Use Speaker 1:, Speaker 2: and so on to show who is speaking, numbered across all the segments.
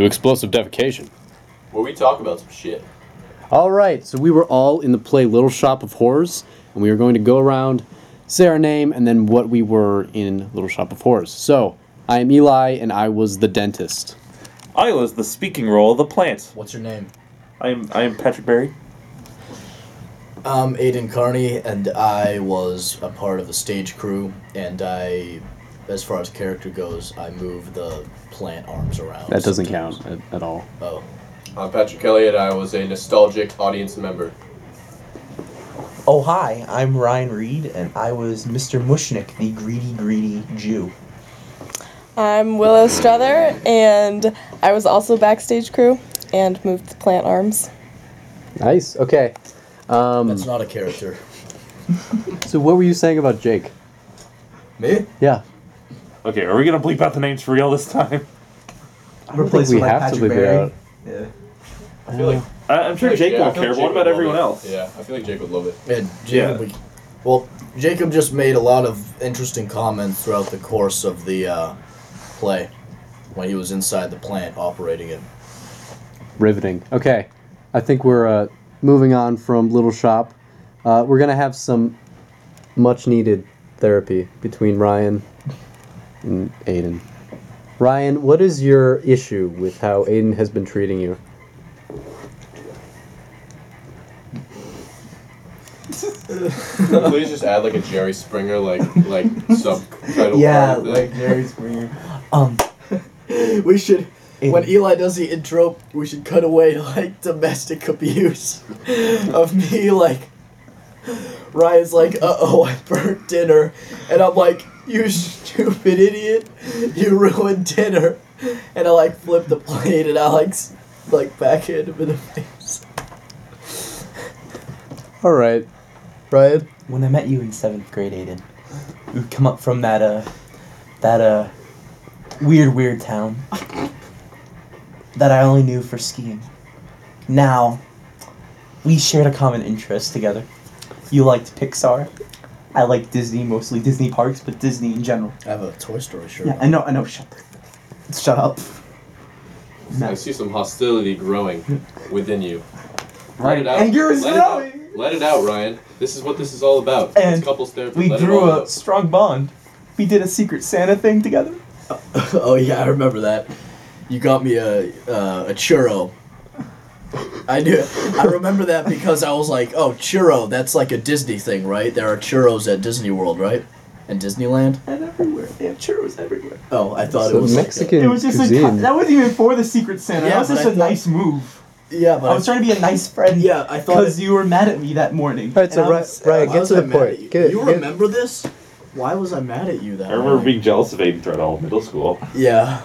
Speaker 1: to explosive defecation.
Speaker 2: Where we talk about some shit.
Speaker 1: All right, so we were all in the play Little Shop of Horrors, and we were going to go around, say our name, and then what we were in Little Shop of Horrors. So I am Eli, and I was the dentist.
Speaker 3: I was the speaking role of the plant.
Speaker 4: What's your name?
Speaker 3: I am I am Patrick Berry.
Speaker 4: I'm Aiden Um, Carney, and I was a part of the stage crew. And I, as far as character goes, I move the plant arms around.
Speaker 1: That doesn't
Speaker 4: sometimes.
Speaker 1: count at, at all.
Speaker 4: Oh,
Speaker 2: I'm Patrick Elliott. I was a nostalgic audience member.
Speaker 5: Oh, hi, I'm Ryan Reed, and I was Mr. Mushnick, the greedy, greedy Jew.
Speaker 6: I'm Willow Strother, and I was also backstage crew and moved the plant arms.
Speaker 1: Nice. Okay.
Speaker 4: that's not a character.
Speaker 1: So what were you saying about Jake?
Speaker 4: Me?
Speaker 1: Yeah.
Speaker 3: Okay, are we gonna bleep out the names for real this time?
Speaker 5: I
Speaker 1: don't think we have to leave it out.
Speaker 5: Yeah.
Speaker 2: I feel like
Speaker 3: I, I'm sure Jake won't care. but What about everyone else?
Speaker 2: Yeah, I feel like Jake would love it.
Speaker 4: And Jacob, we- well, Jacob just made a lot of interesting comments throughout the course of the uh, play when he was inside the plant operating it.
Speaker 1: Riveting. Okay. I think we're uh, moving on from Little Shop. Uh, we're going to have some much needed therapy between Ryan and Aiden. Ryan, what is your issue with how Aiden has been treating you?
Speaker 2: Please just add like a Jerry Springer like like subtitle.
Speaker 5: Yeah,
Speaker 2: part,
Speaker 5: like Jerry Springer. Um,
Speaker 4: We should.
Speaker 5: Aiden.
Speaker 4: When Eli does the intro, we should cut away to like domestic abuse of me. Like Ryan's like, "Uh oh, I burnt dinner," and I'm like, "You stupid idiot! You ruined dinner!" And I like flip the plate and I like s- like backhand him in the face.
Speaker 1: All right. Ryan?
Speaker 5: when I met you in seventh grade, Aiden, you come up from that, uh, that, uh, weird, weird town that I only knew for skiing. Now, we shared a common interest together. You liked Pixar. I liked Disney, mostly Disney parks, but Disney in general.
Speaker 4: I have a Toy Story shirt.
Speaker 5: Yeah, I know, I know. Shut, the- shut up.
Speaker 2: I see some hostility growing within you. Let it out.
Speaker 5: And yours
Speaker 2: Let it out.
Speaker 5: growing.
Speaker 2: Let it out, Ryan. This is what this is all about. it's
Speaker 5: And
Speaker 2: couples therapy.
Speaker 5: We
Speaker 2: Let it
Speaker 5: grew
Speaker 2: all
Speaker 5: a
Speaker 2: out.
Speaker 5: strong bond. We did a Secret Santa thing together.
Speaker 4: oh yeah, I remember that. You got me a uh, a churro. I do. I remember that because I was like, "Oh, churro. That's like a Disney thing, right? There are churros at Disney World, right? And Disneyland."
Speaker 5: And everywhere. They have churros everywhere.
Speaker 4: Oh, I thought it
Speaker 1: So
Speaker 4: was like a-
Speaker 1: Mexican
Speaker 5: It was just a,
Speaker 1: cuisine.
Speaker 5: co- that wasn't even for the Secret Santa.
Speaker 4: Yeah,
Speaker 5: that was
Speaker 4: but
Speaker 5: just
Speaker 4: I
Speaker 5: a
Speaker 4: thought-
Speaker 5: nice move.
Speaker 4: yeah, but
Speaker 5: I was trying to be a nice friend.
Speaker 4: Yeah, I thought
Speaker 5: Because
Speaker 4: it-
Speaker 5: you were mad at me that morning.
Speaker 1: All right, so
Speaker 5: And I
Speaker 1: Ri-
Speaker 5: was-
Speaker 1: Ryan,
Speaker 4: why
Speaker 1: get
Speaker 4: was
Speaker 1: to
Speaker 4: I
Speaker 1: the
Speaker 4: mad at
Speaker 1: point.
Speaker 4: you?
Speaker 1: Get,
Speaker 4: you
Speaker 1: get-
Speaker 4: remember this? Why was I mad at you that?
Speaker 3: I remember
Speaker 4: night?
Speaker 3: being jealous of Aiden throughout all of middle school
Speaker 4: Yeah.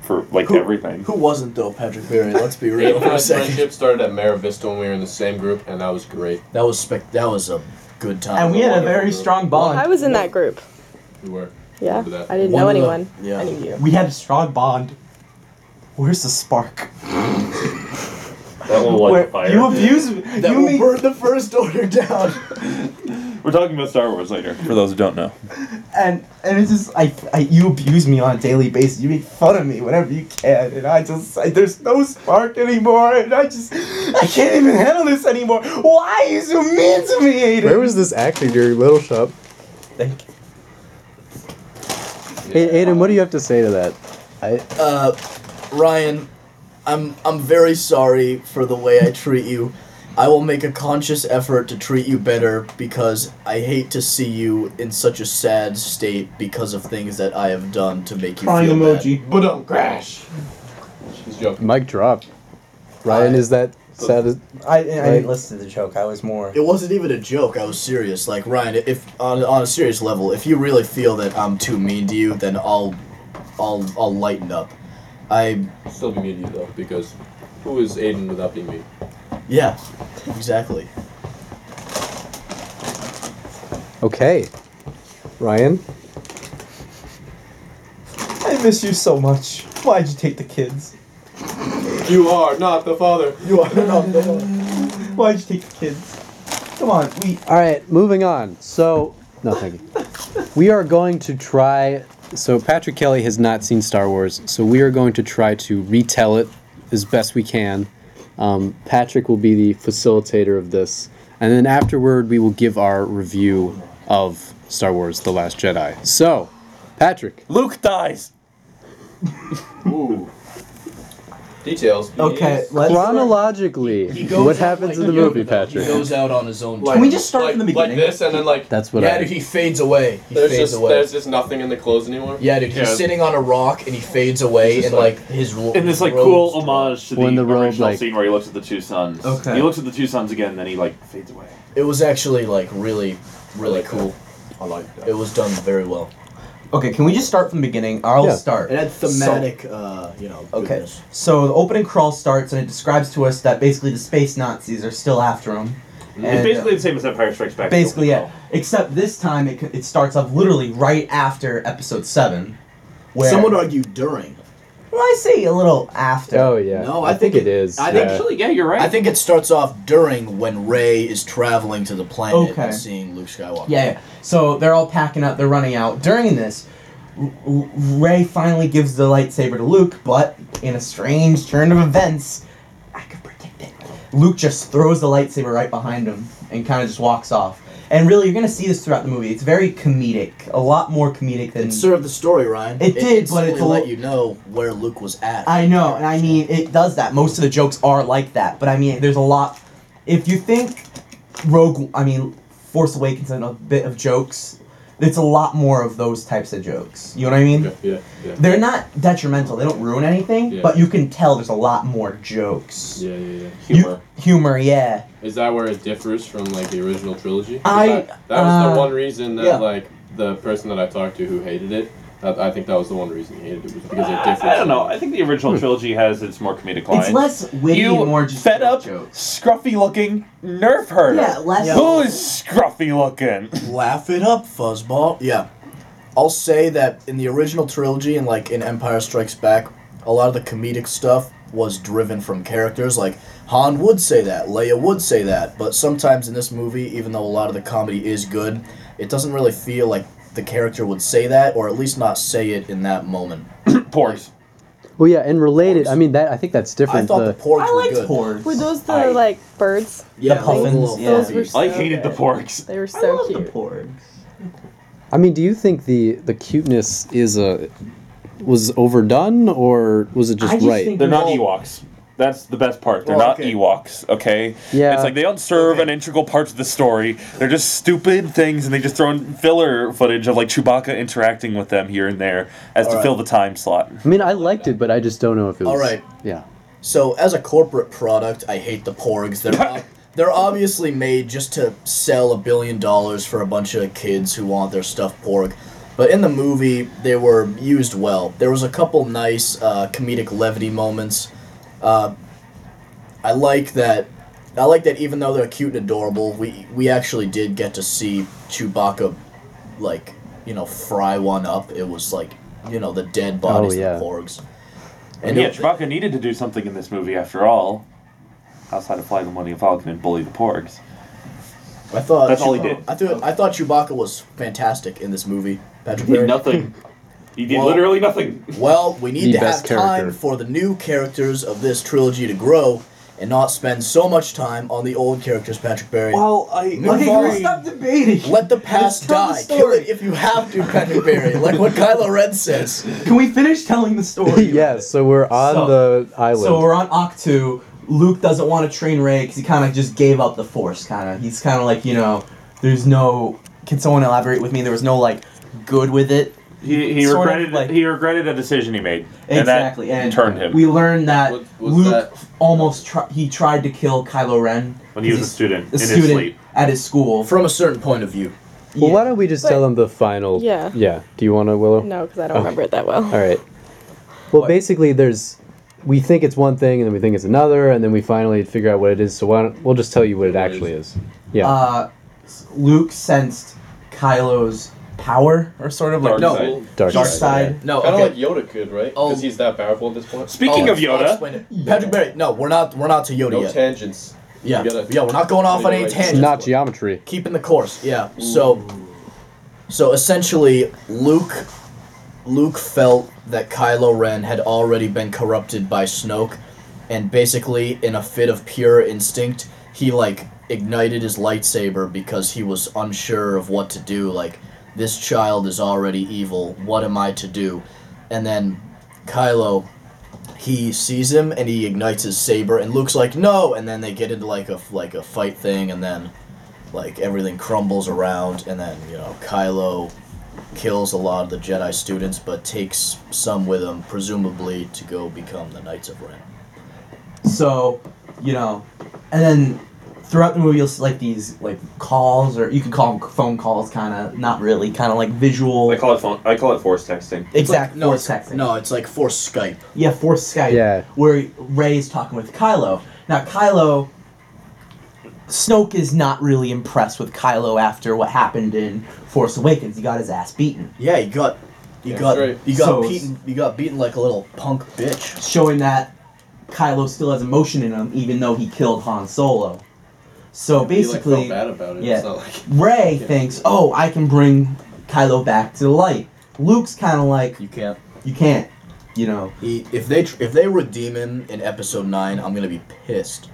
Speaker 3: for like
Speaker 4: Who-
Speaker 3: everything.
Speaker 4: Who wasn't though, Patrick Berry? Let's be
Speaker 2: Dave
Speaker 4: real
Speaker 2: and
Speaker 4: for
Speaker 2: I
Speaker 4: a second.
Speaker 2: friendship started at Mara Vista when we were in the same group, and that was great.
Speaker 4: That was spec. That was a good time.
Speaker 5: And we had a
Speaker 2: Wonderful
Speaker 5: very
Speaker 2: group.
Speaker 5: strong bond.
Speaker 6: I was in that group.
Speaker 2: We were.
Speaker 6: Yeah,
Speaker 2: Remember that.
Speaker 6: I didn't
Speaker 4: One
Speaker 6: know
Speaker 4: of the-
Speaker 6: anyone.
Speaker 4: yeah.
Speaker 6: I knew you.
Speaker 5: we had a strong bond. Where's the spark?
Speaker 3: That one was
Speaker 5: Where-
Speaker 3: fire.
Speaker 5: you abused me.
Speaker 4: That
Speaker 5: you
Speaker 4: will
Speaker 5: made-
Speaker 4: burn the first order down.
Speaker 3: We're talking about Star Wars later. For those who don't know,
Speaker 5: and and it's just I, I you abuse me on a daily basis. You make fun of me whenever you can, and I just I, there's no spark anymore, and I just I can't even handle this anymore. Why are you so mean to me, Aiden?
Speaker 1: where was this acting during Little Shop?
Speaker 5: Thank you.
Speaker 1: Hey, Aiden, what do you have to say to that? I,
Speaker 4: uh, Ryan, I'm I'm very sorry for the way I treat you. I will make a conscious effort to treat you better because I hate to see you in such a sad state because of things that I have done to make you
Speaker 5: Crying
Speaker 4: feel
Speaker 5: emoji.
Speaker 2: But don't crash. She's joking.
Speaker 1: mic drop. Ryan,
Speaker 4: I-
Speaker 1: is that sad? as-
Speaker 5: I, I didn't
Speaker 1: Right.
Speaker 5: listen to the joke. I was more.
Speaker 4: bad. It wasn't even a joke. I was serious. Like Ryan, if on, on a serious level, if you really feel that I'm too mean to you, then I'll I'll I'll lighten up. I
Speaker 2: Still be mean to you though, because who is Aiden without being mean?
Speaker 4: yeah, exactly.
Speaker 1: Okay. Ryan?
Speaker 5: I miss you so much. Why'd you take the kids?
Speaker 2: You are not the father.
Speaker 4: You are not the one.
Speaker 5: Why'd you take the kids? Come on, we.
Speaker 1: All right, moving on. So, no, thank you. We are going to try So Patrick Kelly has not seen Star Wars, so we are going to try to retell it as best we can. Um, Patrick will be the facilitator of this, and then afterward we will give our review of Star Wars: The Last Jedi. So, Patrick,
Speaker 3: Luke dies.
Speaker 2: Ooh. Details. please.
Speaker 5: Okay, let's.
Speaker 1: chronologically,
Speaker 4: He goes
Speaker 1: what
Speaker 4: out
Speaker 1: happens
Speaker 4: like
Speaker 1: in the
Speaker 4: Yoda,
Speaker 1: movie,
Speaker 4: though.
Speaker 1: Patrick?
Speaker 4: He goes out on his own.
Speaker 2: Like-
Speaker 5: Can we just start
Speaker 2: like,
Speaker 5: from the
Speaker 2: Like
Speaker 5: beginning?
Speaker 2: this, and then like
Speaker 1: That's what
Speaker 4: yeah,
Speaker 1: I.
Speaker 4: dude, he fades away. He
Speaker 2: there's
Speaker 4: fades
Speaker 2: just
Speaker 4: away.
Speaker 2: there's just nothing in the clothes anymore.
Speaker 4: Yeah, dude, he's
Speaker 3: Yeah.
Speaker 4: sitting on a rock and he fades away,
Speaker 2: He's
Speaker 4: and
Speaker 2: just
Speaker 4: like, his ro-
Speaker 3: In this like
Speaker 4: robes-
Speaker 3: cool homage to the,
Speaker 1: When the robe,
Speaker 3: original
Speaker 1: like-
Speaker 3: scene where he looks at the two suns.
Speaker 5: Okay.
Speaker 3: He looks at the two suns again, then he like fades away.
Speaker 4: It was actually like really, really
Speaker 2: like that.
Speaker 4: cool.
Speaker 2: I like that.
Speaker 4: It was done very well.
Speaker 5: Okay, can we just start from the beginning? I'll
Speaker 1: Yeah.
Speaker 5: start.
Speaker 4: It had
Speaker 5: So-
Speaker 4: thematic, uh, you know.
Speaker 5: Okay.
Speaker 4: Goodness.
Speaker 5: So the opening crawl starts, and it describes to us that basically the space Nazis are still after him.
Speaker 3: it's
Speaker 5: And,
Speaker 3: basically the same as Empire Strikes Back.
Speaker 5: Basically, yeah. Except this time, it, c- it starts off literally right after episode seven, where
Speaker 4: Some would argue during.
Speaker 5: well, I say a little after.
Speaker 1: Oh yeah.
Speaker 4: No,
Speaker 1: I,
Speaker 4: I
Speaker 1: think,
Speaker 4: think
Speaker 1: it is.
Speaker 4: I
Speaker 1: yeah.
Speaker 4: think-
Speaker 3: Actually, yeah, you're right.
Speaker 4: I think it starts off during when Ray is traveling to the planet
Speaker 5: Okay.
Speaker 4: and seeing Luke Skywalker.
Speaker 5: Yeah, yeah. So they're all packing up. They're running out. During this, Ray finally gives the lightsaber to Luke, but in a strange turn of events, I could predict it. Luke just throws the lightsaber right behind him and kind of just walks off. And really, you're gonna see this throughout the movie. It's very comedic, a lot more comedic than.
Speaker 4: It served the story, Ryan.
Speaker 5: It did, but
Speaker 4: instantly
Speaker 5: it's a
Speaker 4: let
Speaker 5: li-
Speaker 4: you know where Luke was at.
Speaker 5: I know, and I mean, it does that. Most of the jokes are like that, but I mean, there's a lot. If you think Rogue, I mean, Force Awakens and a bit of jokes, it's a lot more of those types of jokes. You know what I mean?
Speaker 2: Yeah, yeah, yeah.
Speaker 5: They're not detrimental. They don't ruin anything,
Speaker 2: Yeah.
Speaker 5: but you can tell there's a lot more jokes.
Speaker 2: Yeah, yeah, yeah.
Speaker 5: You-
Speaker 3: humor.
Speaker 5: humor, yeah.
Speaker 2: Is that where it differs from like the original trilogy? 'Cause
Speaker 5: I-
Speaker 2: that, that was
Speaker 5: uh,
Speaker 2: the one reason that
Speaker 5: yeah.
Speaker 2: like the person that I talked to who hated it, that, I think that was the one reason he hated it was because it
Speaker 3: I,
Speaker 2: differs.
Speaker 3: I don't know. I think the original trilogy has its more comedic lines.
Speaker 5: It's less witty
Speaker 3: you
Speaker 5: and more just
Speaker 3: fed
Speaker 5: joke
Speaker 3: up,
Speaker 5: jokes.
Speaker 3: scruffy looking nerf herder.
Speaker 5: Yeah, less.
Speaker 4: Yeah.
Speaker 3: Who is scruffy looking?
Speaker 4: Laugh it up, fuzzball. Yeah. I'll say that in the original trilogy and like in Empire Strikes Back, a lot of the comedic stuff was driven from characters. Like Han would say that, Leia would say that, but sometimes in this movie, even though a lot of the comedy is good, it doesn't really feel like the character would say that, or at least not say it in that moment.
Speaker 3: Pores.
Speaker 1: Well, yeah, and related. I mean, that I think that's different.
Speaker 4: I thought the,
Speaker 1: the-
Speaker 4: porgs
Speaker 5: I
Speaker 4: were
Speaker 5: liked
Speaker 4: good.
Speaker 5: hordes.
Speaker 6: Were those the
Speaker 3: I-
Speaker 6: like birds?
Speaker 4: Yeah,
Speaker 5: The puffins,
Speaker 4: those little
Speaker 5: yeah. Those
Speaker 6: were
Speaker 4: puffies.
Speaker 3: I
Speaker 6: So
Speaker 3: hated the
Speaker 6: good.
Speaker 3: porks.
Speaker 6: They were
Speaker 5: I
Speaker 6: so
Speaker 5: love
Speaker 6: cute.
Speaker 5: the porgs.
Speaker 1: I mean, do you think the the cuteness is a was overdone or was it just,
Speaker 5: I just
Speaker 1: right?
Speaker 5: think-
Speaker 3: They're not
Speaker 5: Well-
Speaker 3: Ewoks. That's the best part. They're
Speaker 4: Well,
Speaker 3: not
Speaker 4: okay.
Speaker 3: Ewoks, okay?
Speaker 1: Yeah.
Speaker 3: It's like they don't serve an integral part to the story. They're just stupid things and they just throw in filler footage of like Chewbacca interacting with them here and there as to
Speaker 4: Alright.
Speaker 3: fill the time slot.
Speaker 1: I mean, I liked it, but I just don't know if it was.
Speaker 4: All right.
Speaker 1: Yeah.
Speaker 4: So as a corporate product, I hate the porgs. They're ob- they're obviously made just to sell a billion dollars for a bunch of kids who want their stuff porg. But in the movie, they were used well. There was a couple nice uh, comedic levity moments. Uh, I like that. I like that even though they're cute and adorable, we we actually did get to see Chewbacca, like you know, fry one up. It was like you know the dead bodies
Speaker 1: yeah.
Speaker 4: of the porgs.
Speaker 3: And yeah, Chewbacca needed to do something in this movie after all. Outside of fly the Millennium Falcon and bully the porgs.
Speaker 4: I thought
Speaker 3: That's all he did.
Speaker 4: I thought I thought Chewbacca was fantastic in this movie. Patrick
Speaker 3: He did
Speaker 4: Berry.
Speaker 3: nothing. He did
Speaker 4: Well-
Speaker 3: literally nothing.
Speaker 4: Well, we need
Speaker 1: The
Speaker 4: to have
Speaker 1: best character.
Speaker 4: time for the new characters of this trilogy to grow and not spend so much time on the old characters, Patrick Barry.
Speaker 3: Well, I
Speaker 4: Okay, let's stop
Speaker 5: debating.
Speaker 4: Let the past
Speaker 5: tell the
Speaker 4: die. Kill
Speaker 5: story.
Speaker 4: it if you have to, Patrick Barry. Like what Kylo Ren says.
Speaker 5: Can we finish telling the story?
Speaker 1: yes. So we're on
Speaker 5: So-
Speaker 1: the island.
Speaker 5: So we're on Octu. Luke doesn't want to train Ray because he kind of just gave up the Force. Kind of, he's kind of like you know, there's no. Can someone elaborate with me? There was no like good with it.
Speaker 3: He, he
Speaker 5: Sort of
Speaker 3: regretted
Speaker 5: like-
Speaker 3: he regretted a decision he made.
Speaker 5: Exactly,
Speaker 3: And that
Speaker 5: and
Speaker 3: turned him
Speaker 5: We learned that
Speaker 2: What was
Speaker 5: Luke
Speaker 2: that?
Speaker 5: almost tri- he tried to kill Kylo Ren
Speaker 3: when he was a
Speaker 5: 'cause he's
Speaker 3: student in
Speaker 5: a
Speaker 3: his
Speaker 5: student
Speaker 3: sleep.
Speaker 5: at his school.
Speaker 4: From a certain point of view.
Speaker 1: well,
Speaker 5: Yeah.
Speaker 1: why don't we just
Speaker 6: But-
Speaker 1: tell them the final?
Speaker 6: Yeah.
Speaker 1: Yeah. Do you want to, Willow?
Speaker 6: No, because I don't
Speaker 1: Okay.
Speaker 6: remember it that well.
Speaker 1: All right. Well,
Speaker 5: What?
Speaker 1: basically, there's we think it's one thing, and then we think it's another, and then we finally figure out what it is. So why don't we'll just tell you what it
Speaker 2: What it
Speaker 1: actually is? Yeah.
Speaker 5: uh, Luke sensed Kylo's power or sort of like
Speaker 3: Dark
Speaker 5: no
Speaker 3: side.
Speaker 1: dark,
Speaker 5: dark
Speaker 1: side.
Speaker 5: side.
Speaker 4: No,
Speaker 2: Kind of
Speaker 4: okay.
Speaker 2: like Yoda could, right?
Speaker 4: Oh.
Speaker 2: Because he's that powerful at this point.
Speaker 3: Speaking
Speaker 4: I'll-
Speaker 5: Oh.
Speaker 3: of
Speaker 4: I'll
Speaker 3: Yoda,
Speaker 4: explain it. Patrick Barry, no, we're not we're not to Yoda
Speaker 2: No
Speaker 4: yet.
Speaker 2: tangents.
Speaker 4: yeah.
Speaker 2: You gotta-
Speaker 4: yeah, we're not going off on any
Speaker 2: Anyway,
Speaker 4: tangents.
Speaker 1: Not geometry.
Speaker 4: keeping the course. Yeah. So, so essentially, Luke Luke felt that Kylo Ren had already been corrupted by Snoke, and basically, in a fit of pure instinct, he like ignited his lightsaber because he was unsure of what to do. Like, this child is already evil. What am I to do? And then Kylo, he sees him and he ignites his saber, and Luke's like, no. And then they get into like a like a fight thing, and then like everything crumbles around, and then you know Kylo kills a lot of the Jedi students, but takes some with him, presumably to go become the Knights of Ren.
Speaker 5: So, you know, and then throughout the movie, you'll see like these like calls, or you can call them phone calls, kind of not really, kind of like visual.
Speaker 3: I call it phone. I call it force texting.
Speaker 5: exact
Speaker 4: no,
Speaker 5: force
Speaker 4: it's,
Speaker 5: texting.
Speaker 4: no, it's like force Skype.
Speaker 5: Yeah, force Skype.
Speaker 1: Yeah.
Speaker 5: Where Ray's talking with Kylo. Now Kylo. Snoke is not really impressed with Kylo after what happened in Force Awakens. He got his ass beaten,
Speaker 4: Yeah, you got, you
Speaker 2: That's
Speaker 4: got,
Speaker 2: right.
Speaker 4: you got
Speaker 5: So-
Speaker 4: beaten, you got beaten like a little punk bitch.
Speaker 5: showing that Kylo still has emotion in him, even though he killed Han Solo. So basically,
Speaker 2: he, like, felt bad about it.
Speaker 5: yeah.
Speaker 2: It's not like
Speaker 5: Ray thinks, "Oh, I can bring Kylo back to the light." Luke's kind of like,
Speaker 4: You can't.
Speaker 5: "You can't," you know.
Speaker 4: He, if they tr- if they redeem him in Episode Nine, I'm gonna be pissed.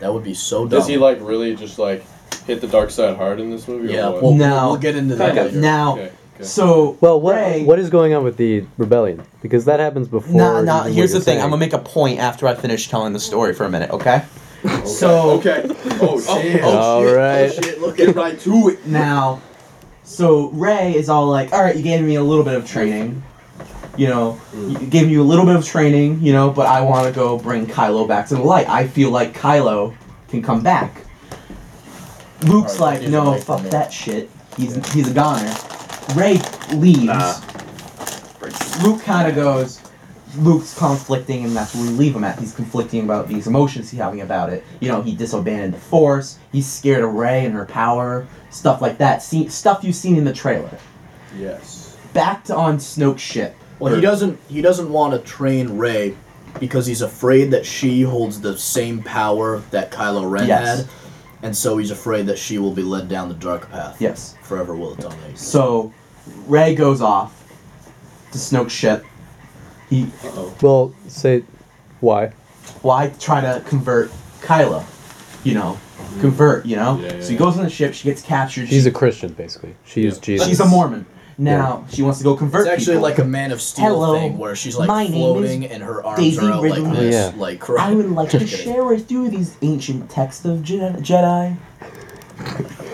Speaker 4: That would be so dumb.
Speaker 2: does he like really just like hit the dark side hard in this movie?
Speaker 4: Yeah.
Speaker 2: Or what?
Speaker 4: Well,
Speaker 5: No.
Speaker 4: we'll get into that
Speaker 2: Okay.
Speaker 4: later.
Speaker 5: Now,
Speaker 2: Okay, okay.
Speaker 5: so
Speaker 1: Well, what
Speaker 5: Ray,
Speaker 1: what is going on with the rebellion? Because that happens before.
Speaker 5: Nah, nah.
Speaker 1: even what
Speaker 5: Here's
Speaker 1: you're
Speaker 5: the thing.
Speaker 1: saying.
Speaker 5: I'm gonna make a point after I finish telling the story for a minute, okay?
Speaker 2: Okay.
Speaker 5: so-
Speaker 2: okay. Oh shit.
Speaker 1: oh. All right.
Speaker 4: shit, look at
Speaker 2: right to it.
Speaker 5: Now, so Ray is all like, "All right, you gave me a little bit of training, you know,
Speaker 4: Mm.
Speaker 5: you gave you a little bit of training, you know, but I want to go bring Kylo back to the light. I feel like Kylo can come back." Luke's
Speaker 4: All right,
Speaker 5: like,
Speaker 4: he's
Speaker 5: "No,
Speaker 4: away from
Speaker 5: fuck
Speaker 4: me."
Speaker 5: that shit. He's he's a goner." Ray leaves.
Speaker 3: Nah.
Speaker 5: Luke kind of goes, Luke's conflicting, and that's where we leave him at. He's conflicting about these emotions he's having about it. You know, he disobeyed the Force. He's scared of Rey and her power, stuff like that. See, stuff you've seen in the trailer.
Speaker 2: Yes.
Speaker 5: Back to on Snoke's ship.
Speaker 4: Well, he doesn't. He doesn't want to train Ray because he's afraid that she holds the same power that Kylo Ren
Speaker 5: Yes.
Speaker 4: had, and so he's afraid that she will be led down the dark path.
Speaker 5: Yes.
Speaker 4: Forever will it dominate.
Speaker 5: So, Rey goes off to Snoke's ship. He
Speaker 2: Uh-oh.
Speaker 1: Well, say why?
Speaker 5: why try to convert Kylo? You know, convert. You know.
Speaker 2: Yeah, yeah,
Speaker 5: so he
Speaker 2: yeah.
Speaker 5: goes on the ship. She gets captured.
Speaker 1: She's
Speaker 5: she-
Speaker 1: a Christian, basically. She is
Speaker 2: Yeah.
Speaker 1: Jesus.
Speaker 5: She's a Mormon. Now she wants to go convert
Speaker 4: It's actually
Speaker 5: people.
Speaker 4: like a Man of Steel
Speaker 5: Hello,
Speaker 4: thing where she's like
Speaker 5: my name is
Speaker 4: floating and her arms
Speaker 5: Daisy
Speaker 4: are out
Speaker 5: Ridley.
Speaker 4: like
Speaker 1: Oh,
Speaker 4: this,
Speaker 1: yeah.
Speaker 4: like
Speaker 5: I would like to
Speaker 4: Just kidding.
Speaker 5: share with you these ancient texts of Jedi. Jedi.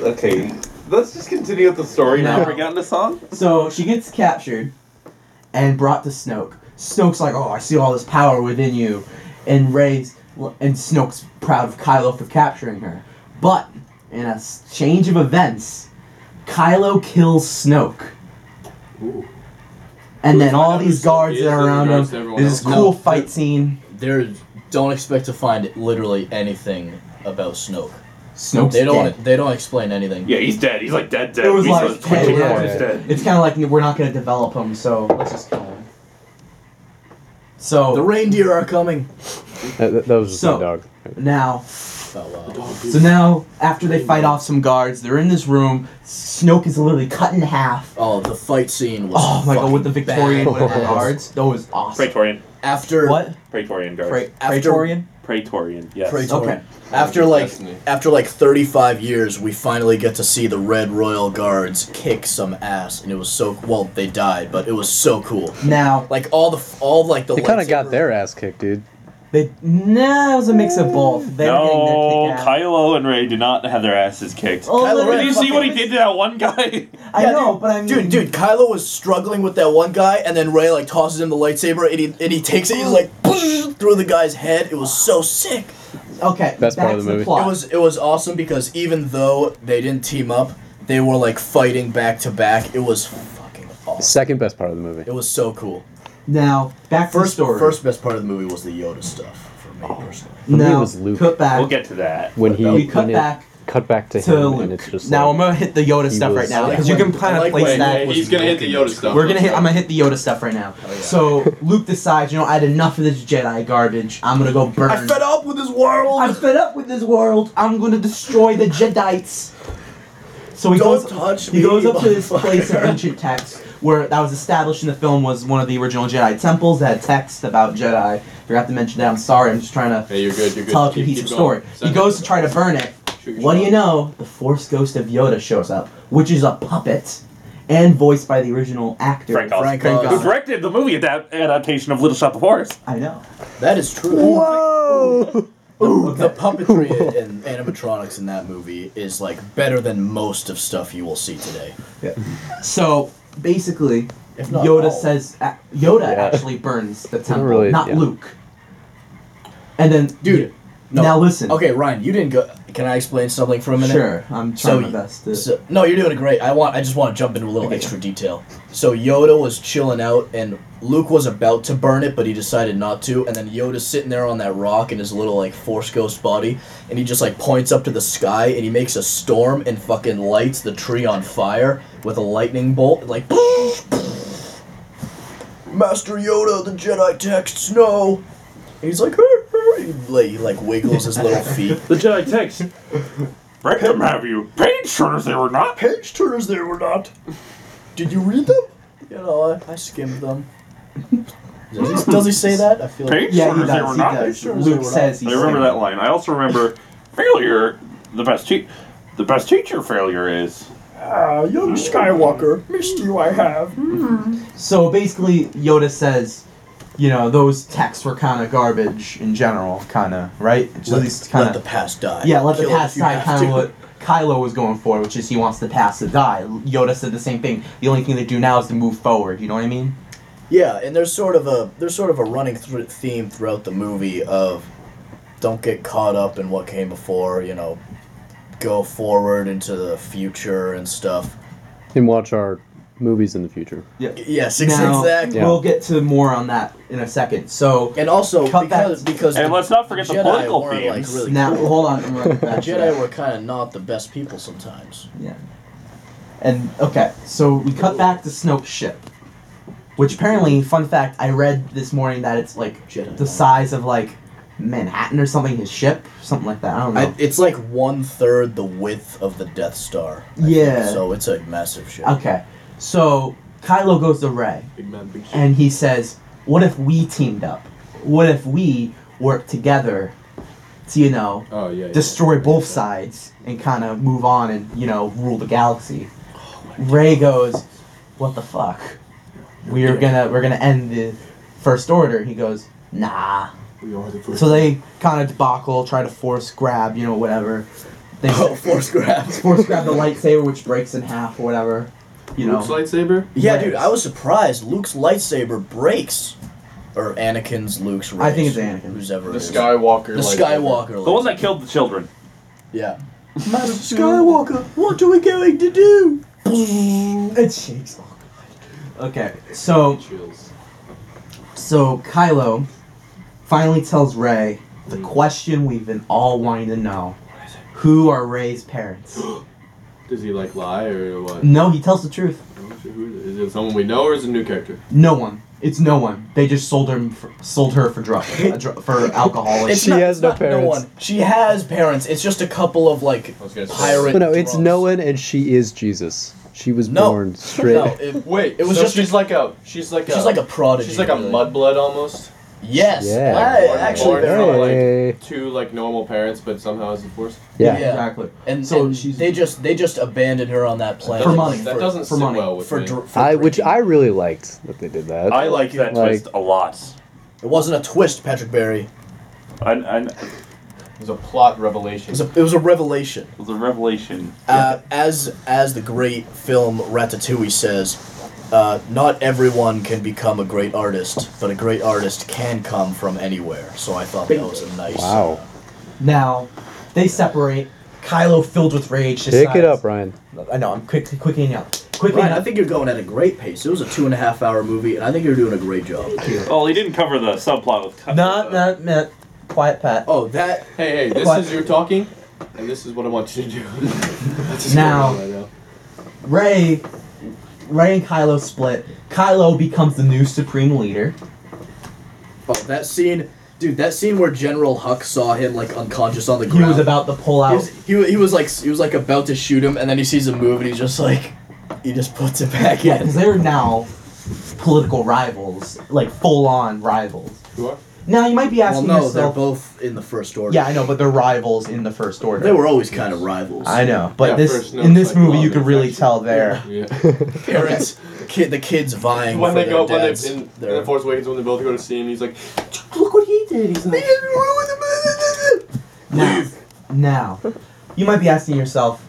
Speaker 3: Okay, let's just continue with the story
Speaker 5: No.
Speaker 3: now. We're getting the song.
Speaker 5: So she gets captured and brought to Snoke. Snoke's like, "Oh, I see all this power within you," and Ray's and Snoke's proud of Kylo for capturing her. But in a s- change of events, Kylo kills Snoke.
Speaker 2: Ooh.
Speaker 5: And then all
Speaker 2: Who's-
Speaker 5: these guards that are
Speaker 2: Is
Speaker 5: around
Speaker 2: in
Speaker 5: him.
Speaker 2: regards to everyone
Speaker 5: There's this
Speaker 4: else? No.
Speaker 5: cool fight scene.
Speaker 4: There, don't expect to find literally anything about Snoke.
Speaker 5: Snoke's
Speaker 4: They don't.
Speaker 5: dead.
Speaker 4: They don't explain anything.
Speaker 3: Yeah, he's dead. He's like dead, dead.
Speaker 5: It was
Speaker 3: We saw
Speaker 5: like,
Speaker 3: his twitching
Speaker 1: hey,
Speaker 3: arm,
Speaker 1: yeah.
Speaker 3: he's dead.
Speaker 5: It's kind of like we're not going to develop him, so let's just kill him. So
Speaker 4: The reindeer are coming.
Speaker 1: That, that- that was just
Speaker 5: So-
Speaker 1: my dog.
Speaker 5: now,
Speaker 4: Oh wow.
Speaker 5: so now after they fight off some guards, they're in this room. Snoke is literally cut in half.
Speaker 4: Oh, the fight scene was.
Speaker 5: Oh my god, with the
Speaker 4: fucking
Speaker 5: Victorian
Speaker 4: bad.
Speaker 5: with the guards, that was awesome.
Speaker 3: Praetorian.
Speaker 4: After
Speaker 5: What?
Speaker 3: Praetorian guard.
Speaker 5: Pra-
Speaker 4: After-
Speaker 5: Praetorian?
Speaker 3: Praetorian, yes.
Speaker 4: Praetorian.
Speaker 5: Okay.
Speaker 4: After like
Speaker 2: Destiny.
Speaker 4: after like 35 years, we finally get to see the Red Royal Guards kick some ass, and it was so well they died, but it was so cool.
Speaker 5: Now
Speaker 4: Like all the all like the.
Speaker 1: They kind of
Speaker 4: lightsaber-
Speaker 1: got their ass kicked, dude.
Speaker 5: they nah, it was a mix of both. They were getting
Speaker 3: No,
Speaker 5: their kick out.
Speaker 3: Kylo and Ray do not have their asses kicked.
Speaker 5: Oh,
Speaker 4: Kylo
Speaker 5: literally
Speaker 3: Did you see what he did to that one guy?
Speaker 5: I
Speaker 4: Yeah,
Speaker 5: know,
Speaker 4: dude,
Speaker 5: but I mean,
Speaker 4: dude, dude, Kylo was struggling with that one guy, and then Ray like tosses him the lightsaber, and he and he takes it. He's like through the guy's head. It was so sick.
Speaker 5: Okay,
Speaker 1: Best part
Speaker 5: back
Speaker 1: of the
Speaker 5: to
Speaker 1: movie.
Speaker 5: plot.
Speaker 4: It was it was awesome because even though they didn't team up, they were like fighting back to back. It was fucking awesome.
Speaker 1: Second best part of the movie.
Speaker 4: It was so cool.
Speaker 5: now back to the
Speaker 4: First
Speaker 5: story.
Speaker 4: first best part of the movie was the Yoda stuff for me personally.
Speaker 1: me, it
Speaker 5: now
Speaker 1: was Luke.
Speaker 5: cut back.
Speaker 3: We'll get to that.
Speaker 1: When he
Speaker 5: we cut
Speaker 1: when it
Speaker 5: back
Speaker 1: cut back to,
Speaker 5: to
Speaker 1: him,
Speaker 5: Luke.
Speaker 1: and it's just
Speaker 5: now
Speaker 1: like,
Speaker 5: I'm gonna hit the Yoda
Speaker 1: he
Speaker 5: stuff
Speaker 1: was-
Speaker 5: right now
Speaker 1: I
Speaker 5: because
Speaker 4: like
Speaker 5: you can
Speaker 4: when-
Speaker 5: kind
Speaker 4: I
Speaker 5: of
Speaker 4: like
Speaker 5: place
Speaker 4: when-
Speaker 5: that.
Speaker 4: was
Speaker 2: he's gonna hit the Yoda
Speaker 4: broken.
Speaker 2: stuff.
Speaker 5: We're gonna hit. I'm gonna hit the Yoda stuff right now.
Speaker 4: Oh,
Speaker 5: So Luke decides, you know, I had enough of this Jedi garbage. I'm gonna go burn.
Speaker 4: I fed up with this world.
Speaker 5: I'm fed up with this world. I'm gonna destroy the Jedites. So he
Speaker 4: Don't
Speaker 5: goes.
Speaker 4: touch
Speaker 5: he
Speaker 4: me,
Speaker 5: goes up to this place of
Speaker 4: motherfucker.
Speaker 5: ancient texts were that was established in the film was one of the original Jedi temples that had text about Jedi. Forgot to mention that. I'm sorry. I'm just trying to
Speaker 2: Hey, you're good. You're good.
Speaker 5: tell a
Speaker 2: Keep-
Speaker 5: cohesive
Speaker 2: keep
Speaker 5: story.
Speaker 2: going.
Speaker 5: He
Speaker 2: Send it.
Speaker 5: goes to try to burn it.
Speaker 2: Shoot your
Speaker 5: What do
Speaker 2: shot.
Speaker 5: you know? The Force Ghost of Yoda shows up, which is a puppet, and voiced by the original actor.
Speaker 3: Frank Oz.
Speaker 4: Frank
Speaker 5: Frank
Speaker 4: Oz.
Speaker 3: Who directed the movie adap- adaptation of Little Shop of Horrors?
Speaker 5: I know.
Speaker 4: That is true.
Speaker 1: Whoa!
Speaker 4: Ooh, the
Speaker 1: Ooh.
Speaker 4: puppetry and animatronics in that movie is like better than most of stuff you will see today.
Speaker 5: So basically,
Speaker 4: If not
Speaker 5: Yoda
Speaker 4: all.
Speaker 5: says a Yoda
Speaker 1: Yeah.
Speaker 5: actually burns the temple,
Speaker 1: really-
Speaker 5: not
Speaker 1: yeah.
Speaker 5: Luke. And then,
Speaker 4: dude. No.
Speaker 5: now listen.
Speaker 4: Okay, Ryan, you didn't go. Can I explain something for a minute?
Speaker 5: Sure, I'm trying
Speaker 4: So
Speaker 5: my
Speaker 4: you-
Speaker 5: best. To,
Speaker 4: So, no, you're doing great. I want. I just want to jump into a little
Speaker 5: Okay.
Speaker 4: extra detail. So Yoda was chilling out, and Luke was about to burn it, but he decided not to. And then Yoda's sitting there on that rock in his little like Force Ghost body, and he just like points up to the sky, and he makes a storm and fucking lights the tree on fire with a lightning bolt, like. Master Yoda, the Jedi texts no. And he's like, he like, he, like wiggles his little feet.
Speaker 3: The Jedi text. Break them, have you? Page turners, they were not.
Speaker 4: page turners there were not. Did you read them? You know, I, I skimmed them. Does he, does he say that? I feel
Speaker 3: Page
Speaker 5: yeah, he
Speaker 3: turners, they
Speaker 5: does.
Speaker 3: were
Speaker 5: He
Speaker 3: not.
Speaker 5: does.
Speaker 4: Sure, they were
Speaker 5: Luke
Speaker 4: not.
Speaker 5: says he
Speaker 3: I remember that line. I also remember failure. The best te- the best teacher failure is.
Speaker 4: Ah, young Skywalker, missed you I have.
Speaker 5: So basically, Yoda says, you know, those texts were kind of garbage in general, kind of, right? Which at least kind
Speaker 4: Let
Speaker 5: of.
Speaker 4: the past die.
Speaker 5: Yeah, let the
Speaker 4: Kill it if
Speaker 5: past
Speaker 4: you
Speaker 5: die
Speaker 4: have
Speaker 5: kind of
Speaker 4: to.
Speaker 5: what Kylo was going for, which is he wants the past to die. Yoda said the same thing. The only thing they do now is to move forward. You know what I mean?
Speaker 4: Yeah, and there's sort of a there's sort of a running thr theme throughout the movie of don't get caught up in what came before, you know, go forward into the future and stuff.
Speaker 1: and watch our movies in the future.
Speaker 5: Yeah.
Speaker 4: Yes,
Speaker 5: Now,
Speaker 4: exactly.
Speaker 5: We'll get to more on that in a second. So
Speaker 4: And also
Speaker 5: Cut that.
Speaker 4: because because
Speaker 3: And
Speaker 4: the
Speaker 3: let's not forget the
Speaker 4: Jedi
Speaker 3: political
Speaker 4: weren't, like,
Speaker 3: themes.
Speaker 4: really
Speaker 5: now,
Speaker 4: cool.
Speaker 5: hold on. I'm gonna get
Speaker 4: The
Speaker 5: back to
Speaker 4: Jedi
Speaker 5: that.
Speaker 4: were kind of not the best people sometimes.
Speaker 5: Yeah. And okay, so we cut back to Snoke's ship, which apparently, fun fact, I read this morning that it's like
Speaker 4: Jedi.
Speaker 5: the size of like Manhattan or something. His ship, something like that. I don't know.
Speaker 4: I, it's like one third the width of the Death Star. I think.
Speaker 5: Yeah.
Speaker 4: So it's a massive ship.
Speaker 5: okay, so Kylo goes to Rey.
Speaker 2: Big man, big shit.
Speaker 5: and he says, "What if we teamed up? What if we worked together to, you know,
Speaker 2: Oh yeah. yeah.
Speaker 5: destroy both sides and kind of move on and you know rule the galaxy?" Ray goes, "What the fuck? We're gonna we're gonna end the First Order." He goes, "Nah."
Speaker 2: We are the first.
Speaker 5: So they kind of debacle, try to force grab, you know, whatever. They
Speaker 4: Oh, force grab.
Speaker 5: force grab the lightsaber, which breaks in half or whatever. You know,
Speaker 2: Luke's lightsaber.
Speaker 4: Yeah,
Speaker 5: Right.
Speaker 4: dude, I was surprised. Luke's lightsaber breaks, or Anakin's, Luke's. Rey's,
Speaker 5: I think it's Anakin.
Speaker 4: Who's ever
Speaker 7: The
Speaker 4: it is.
Speaker 7: Skywalker.
Speaker 4: The Skywalker.
Speaker 3: The one that killed the children.
Speaker 4: Yeah. Master Skywalker, what are we going to do?
Speaker 5: it shakes. Oh, God. Okay, so
Speaker 2: Chills.
Speaker 5: So Kylo finally tells Rey the question we've been all wanting to know: Who are Rey's parents?
Speaker 2: Does he like lie or what?
Speaker 5: No, he tells the truth.
Speaker 2: Who is it? Is it someone we know or is it a new character?
Speaker 5: No one. It's no one. They just sold her for, sold her for drug uh, dr- for alcohol.
Speaker 4: It's
Speaker 1: She
Speaker 4: not-
Speaker 1: has
Speaker 4: it's
Speaker 1: no
Speaker 4: not
Speaker 1: parents.
Speaker 4: one. She has parents. It's just a couple of like
Speaker 2: I was gonna say.
Speaker 4: pirate.
Speaker 1: But no, it's
Speaker 4: drunks.
Speaker 1: no one, and she is Jesus. She was
Speaker 4: No.
Speaker 1: born straight.
Speaker 4: No, it,
Speaker 7: Wait,
Speaker 4: It was
Speaker 7: so
Speaker 4: just-
Speaker 7: she's like a she's like a
Speaker 4: she's like a prodigy.
Speaker 7: she's like a
Speaker 4: really.
Speaker 7: mudblood almost.
Speaker 4: Yes.
Speaker 1: Yeah.
Speaker 4: I-
Speaker 2: Like,
Speaker 4: actually,
Speaker 2: born
Speaker 4: very
Speaker 2: from,
Speaker 4: much.
Speaker 2: like,
Speaker 1: Hey.
Speaker 2: two like normal parents, but somehow it's enforced.
Speaker 1: Yeah.
Speaker 4: yeah.
Speaker 5: exactly.
Speaker 4: And
Speaker 5: So
Speaker 4: so
Speaker 5: she's-
Speaker 4: they just they just abandoned her on that planet
Speaker 5: For
Speaker 4: like,
Speaker 5: money.
Speaker 2: That
Speaker 4: for-
Speaker 2: doesn't
Speaker 5: for
Speaker 2: sit
Speaker 5: money.
Speaker 2: well with
Speaker 4: for,
Speaker 2: me.
Speaker 4: dr- for
Speaker 1: I, which
Speaker 4: drinking.
Speaker 1: I really liked that they did that.
Speaker 3: I liked that
Speaker 1: Like-
Speaker 3: twist a lot.
Speaker 4: it wasn't a twist, Patrick Barry. It
Speaker 3: I, I, it
Speaker 7: It was a plot revelation.
Speaker 4: was a, it was a revelation.
Speaker 3: was a revelation.
Speaker 4: Uh, as as the great film Ratatouille says, uh, not everyone can become a great artist, but a great artist can come from anywhere. So I thought that was a nice.
Speaker 1: wow.
Speaker 5: Now they separate. Kylo, filled with rage,
Speaker 1: Pick it
Speaker 5: decides-
Speaker 1: up, Ryan.
Speaker 5: I know. I'm quick, quickening up. Quickening
Speaker 4: Ryan, I
Speaker 5: up.
Speaker 4: think you're going at a great pace. It was a two and a half hour movie, and I think you're doing a great job.
Speaker 3: Well, he didn't cover the subplot with.
Speaker 5: Not, not, not. Quiet, Pat.
Speaker 4: Oh, that
Speaker 2: Hey, hey, this
Speaker 5: But-
Speaker 2: is your talking, and this is what I want you to do. That's just
Speaker 5: Now-
Speaker 2: going on right now.
Speaker 5: Ray, Ray and Kylo split. Kylo becomes the new supreme leader.
Speaker 4: Oh, that scene, dude. That scene where General Huck saw him like unconscious on the
Speaker 5: He
Speaker 4: ground.
Speaker 5: was about to pull
Speaker 4: He
Speaker 5: out.
Speaker 4: was, he, wa- he was like he was like about to shoot him, and then he sees him move, and he's just like,
Speaker 8: he just puts it back
Speaker 5: Yeah,
Speaker 8: in.
Speaker 5: because they're now political rivals, like full on rivals.
Speaker 2: Who are?
Speaker 5: Now you might be
Speaker 4: Well,
Speaker 5: asking
Speaker 4: no, they're
Speaker 5: yourself.
Speaker 4: both in the first order.
Speaker 5: yeah, I know, but they're rivals in the first order.
Speaker 4: They were always kind of rivals.
Speaker 5: I know, but
Speaker 2: Yeah,
Speaker 5: this
Speaker 2: first, no,
Speaker 5: in
Speaker 2: it's
Speaker 5: this
Speaker 2: like
Speaker 5: movie
Speaker 2: law
Speaker 5: you could really
Speaker 2: manufacturing.
Speaker 5: tell there.
Speaker 2: Yeah.
Speaker 4: Parents, kid, the kids vying
Speaker 2: when
Speaker 4: for
Speaker 2: they
Speaker 4: their
Speaker 2: go, when
Speaker 4: dads.
Speaker 2: they, in, in
Speaker 4: They're-
Speaker 2: the Force Awakens, when they both go to see him, he's like, "Look what he did." He's like,
Speaker 5: Now, now, you might be asking yourself,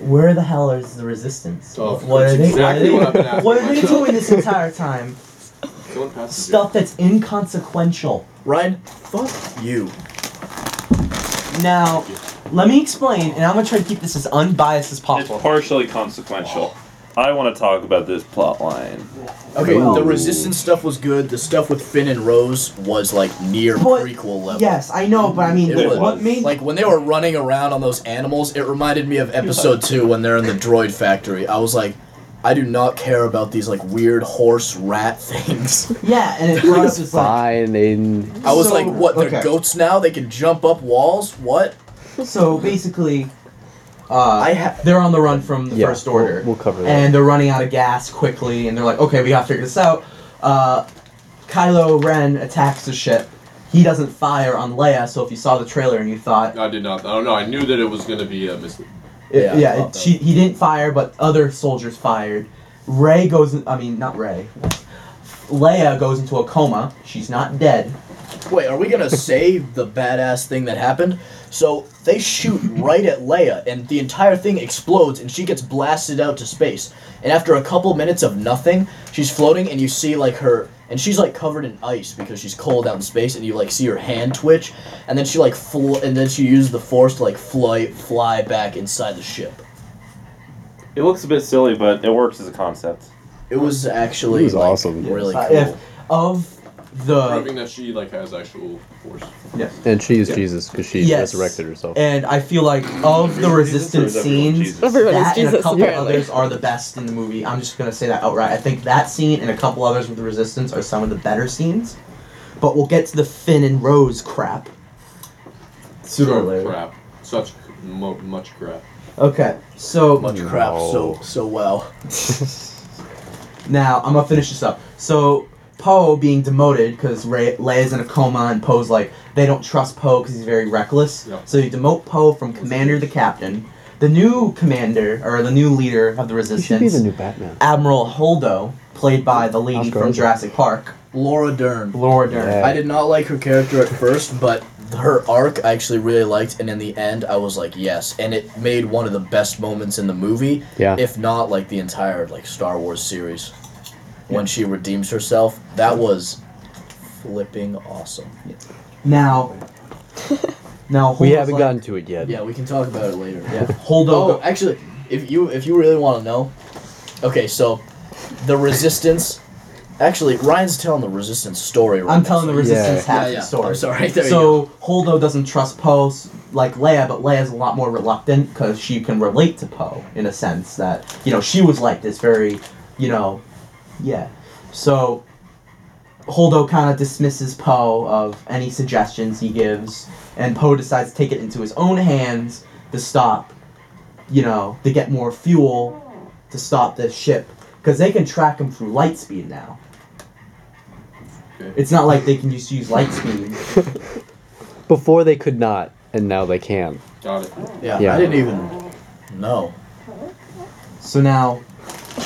Speaker 5: where the hell is the resistance?
Speaker 2: Oh,
Speaker 5: what are
Speaker 2: that's
Speaker 5: they?
Speaker 2: exactly
Speaker 5: what
Speaker 2: what
Speaker 5: are
Speaker 2: I've
Speaker 5: they,
Speaker 2: been asking
Speaker 5: what are they
Speaker 2: myself.
Speaker 5: doing this entire time?
Speaker 2: "Someone passes you."
Speaker 5: Stuff that's inconsequential.
Speaker 4: Ryan, fuck you.
Speaker 5: Now, let me explain, and I'm gonna try to keep this as unbiased as
Speaker 3: It's
Speaker 5: possible.
Speaker 3: partially consequential. I want to talk about this plot line.
Speaker 4: Okay,
Speaker 5: Well-
Speaker 4: the resistance stuff was good. The stuff with Finn and Rose was like near
Speaker 5: But-
Speaker 4: prequel level.
Speaker 5: Yes, I know, but I mean,
Speaker 4: It
Speaker 5: the-
Speaker 4: was.
Speaker 5: what made
Speaker 4: Like when they were running around on those animals, it reminded me of episode two when they're in the droid factory. I was like, I do not care about these like weird horse rat things.
Speaker 5: yeah, and it brought up this like
Speaker 1: Finding.
Speaker 4: I was
Speaker 5: So-
Speaker 4: like, what? They're
Speaker 5: okay.
Speaker 4: goats now. They can jump up walls. What?
Speaker 5: so basically, uh,
Speaker 4: I ha-
Speaker 5: they're on the run from the
Speaker 1: Yeah,
Speaker 5: first order.
Speaker 1: We'll, we'll cover that.
Speaker 5: and they're running out of gas quickly, and they're like, okay, we gotta figure this out. Uh, Kylo Ren attacks the ship. He doesn't fire on Leia, so if you saw the trailer and you thought,
Speaker 2: I did not. I don't know. I knew that it was gonna be a mis-
Speaker 4: Yeah,
Speaker 5: yeah,
Speaker 4: I
Speaker 5: yeah
Speaker 4: thought
Speaker 5: it,
Speaker 4: that.
Speaker 5: she, he didn't fire, but other soldiers fired. Ray goes, in, I mean, not Ray. Leia goes into a coma. She's not dead.
Speaker 4: Wait, are we gonna save the badass thing that happened? So they shoot right at Leia, and the entire thing explodes, and she gets blasted out to space. And after a couple minutes of nothing, she's floating, and you see like her, and she's like covered in ice because she's cold out in space, and you like see her hand twitch, and then she like fl- and then she uses the force to like fly fly back inside the ship.
Speaker 3: It looks a bit silly, but it works as a concept.
Speaker 4: It was actually
Speaker 1: It was
Speaker 4: like,
Speaker 1: awesome.
Speaker 4: really
Speaker 5: Uh,
Speaker 4: cool.
Speaker 5: If of the
Speaker 2: proving that she like has actual force.
Speaker 1: And she is Jesus because she
Speaker 5: Yes.
Speaker 1: resurrected herself.
Speaker 5: and I feel like of the resistance scenes,
Speaker 6: Everyone is
Speaker 5: that and a
Speaker 6: Jesus,
Speaker 5: couple
Speaker 6: apparently.
Speaker 5: others are the best in the movie. I'm just gonna say that outright. I think that scene and a couple others with the Resistance are some of the better scenes. But we'll get to the Finn and Rose crap sooner or
Speaker 2: Sure,
Speaker 5: later.
Speaker 2: crap. Such mo- much crap.
Speaker 5: Okay, so
Speaker 4: much crap so
Speaker 1: No.
Speaker 4: so well.
Speaker 5: now I'm gonna finish this up. So Poe being demoted because Leia's in a coma and Poe's like they don't trust Poe because he's very reckless.
Speaker 2: Yep.
Speaker 5: So you demote Poe from commander to captain. The new commander or the new leader of
Speaker 1: He
Speaker 5: the Resistance.
Speaker 1: should be the new Batman.
Speaker 5: Admiral Holdo, played by the lady
Speaker 1: Oscar
Speaker 5: from
Speaker 1: Isaac.
Speaker 5: Jurassic Park,
Speaker 4: Laura Dern.
Speaker 5: Laura Dern.
Speaker 1: Yeah.
Speaker 4: I did not like her character at first, but her arc I actually really liked, and in the end, I was like, yes, and it made one of the best moments in the movie,
Speaker 1: Yeah.
Speaker 4: if not like the entire like Star Wars series. When she redeems herself, that was flipping awesome.
Speaker 5: Now, now Holdo's
Speaker 1: we haven't
Speaker 5: like,
Speaker 1: gotten to it yet.
Speaker 4: Yeah, we can talk about it later.
Speaker 5: Yeah, Holdo.
Speaker 4: Oh, actually, if you if you really want to know, okay, so the resistance. Actually, Ryan's telling the resistance story. Right
Speaker 5: I'm
Speaker 4: now,
Speaker 5: telling
Speaker 4: so
Speaker 5: the
Speaker 4: you-
Speaker 5: Resistance
Speaker 1: Yeah.
Speaker 5: half
Speaker 4: Yeah, yeah.
Speaker 5: the story.
Speaker 4: I'm sorry. There you
Speaker 5: so Holdo doesn't trust Poe s- like Leia, but Leia's a lot more reluctant because she can relate to Poe in a sense that you know she was like this very, you know, yeah. So Holdo kind of dismisses Poe of any suggestions he gives, and Poe decides to take it into his own hands to stop, you know, to get more fuel to stop this ship because they can track him through light speed now.
Speaker 2: Okay.
Speaker 5: It's not like they can just use light speed.
Speaker 1: Before they could not, and now they can.
Speaker 2: Got it.
Speaker 4: Yeah,
Speaker 1: Yeah.
Speaker 4: I didn't even know.
Speaker 5: So now,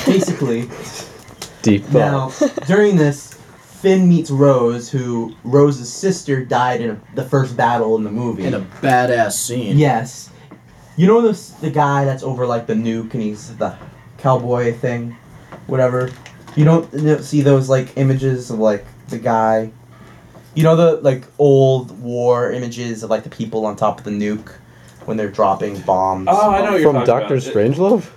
Speaker 5: basically,
Speaker 1: Deep
Speaker 5: now
Speaker 1: thought.
Speaker 5: during this, Finn meets Rose, who Rose's sister died in a, the first battle in the movie.
Speaker 4: In a badass scene.
Speaker 5: yes, you know this the guy that's over like the nuke and he's the cowboy thing, whatever. You don't you don't see those like images of like the guy. You know the like old war images of like the people on top of the nuke when they're dropping bombs.
Speaker 3: Oh, I know what you're
Speaker 1: From
Speaker 3: talking about.
Speaker 1: Doctor
Speaker 3: It-
Speaker 1: Strangelove?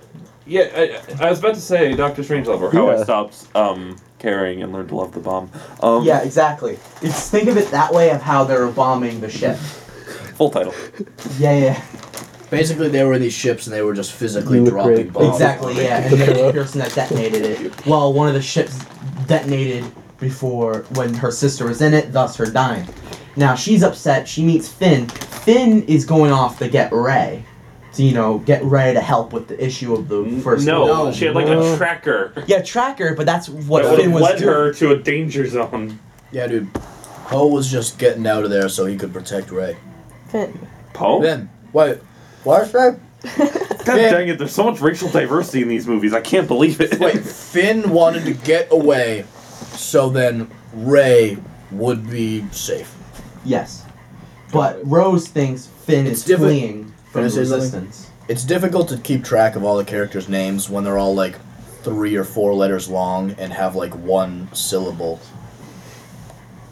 Speaker 3: Yeah, I, I was about to say Doctor Strangelove, or how I
Speaker 1: Yeah.
Speaker 3: stopped um, caring and learned to love the bomb. Um,
Speaker 5: Yeah, exactly. It's think of it that way of how they're bombing the ship.
Speaker 3: full title.
Speaker 5: Yeah, yeah,
Speaker 4: Basically, they were in these ships and they were just physically
Speaker 1: You look
Speaker 4: dropping
Speaker 1: great.
Speaker 4: bombs.
Speaker 5: Oh. exactly. Yeah, and then the person that detonated it. Well, one of the ships detonated before when her sister was in it, thus her dying. Now she's upset. She meets Finn. Finn is going off to get Ray to you know get ready to help with the issue of the first.
Speaker 3: no,
Speaker 5: one.
Speaker 3: she had like
Speaker 1: No.
Speaker 3: a tracker.
Speaker 5: Yeah, tracker, but that's what
Speaker 3: that would
Speaker 5: Finn
Speaker 3: have
Speaker 5: was
Speaker 3: led
Speaker 5: doing.
Speaker 3: her to a danger zone.
Speaker 4: Yeah, dude. Poe was just getting out of there so he could protect Ray.
Speaker 6: Finn.
Speaker 3: Poe? God
Speaker 4: Then what? What, Ray?
Speaker 3: dang it, there's so much racial diversity in these movies. I can't believe it.
Speaker 4: Wait, Finn wanted to get away, so then Ray would be safe.
Speaker 5: Yes, but Rose thinks Finn
Speaker 4: It's
Speaker 5: is
Speaker 4: different-
Speaker 5: fleeing
Speaker 4: Can I
Speaker 5: from the
Speaker 4: say something?
Speaker 5: resistance.
Speaker 4: It's difficult to keep track of all the characters' names when they're all like three or four letters long and have like one syllable.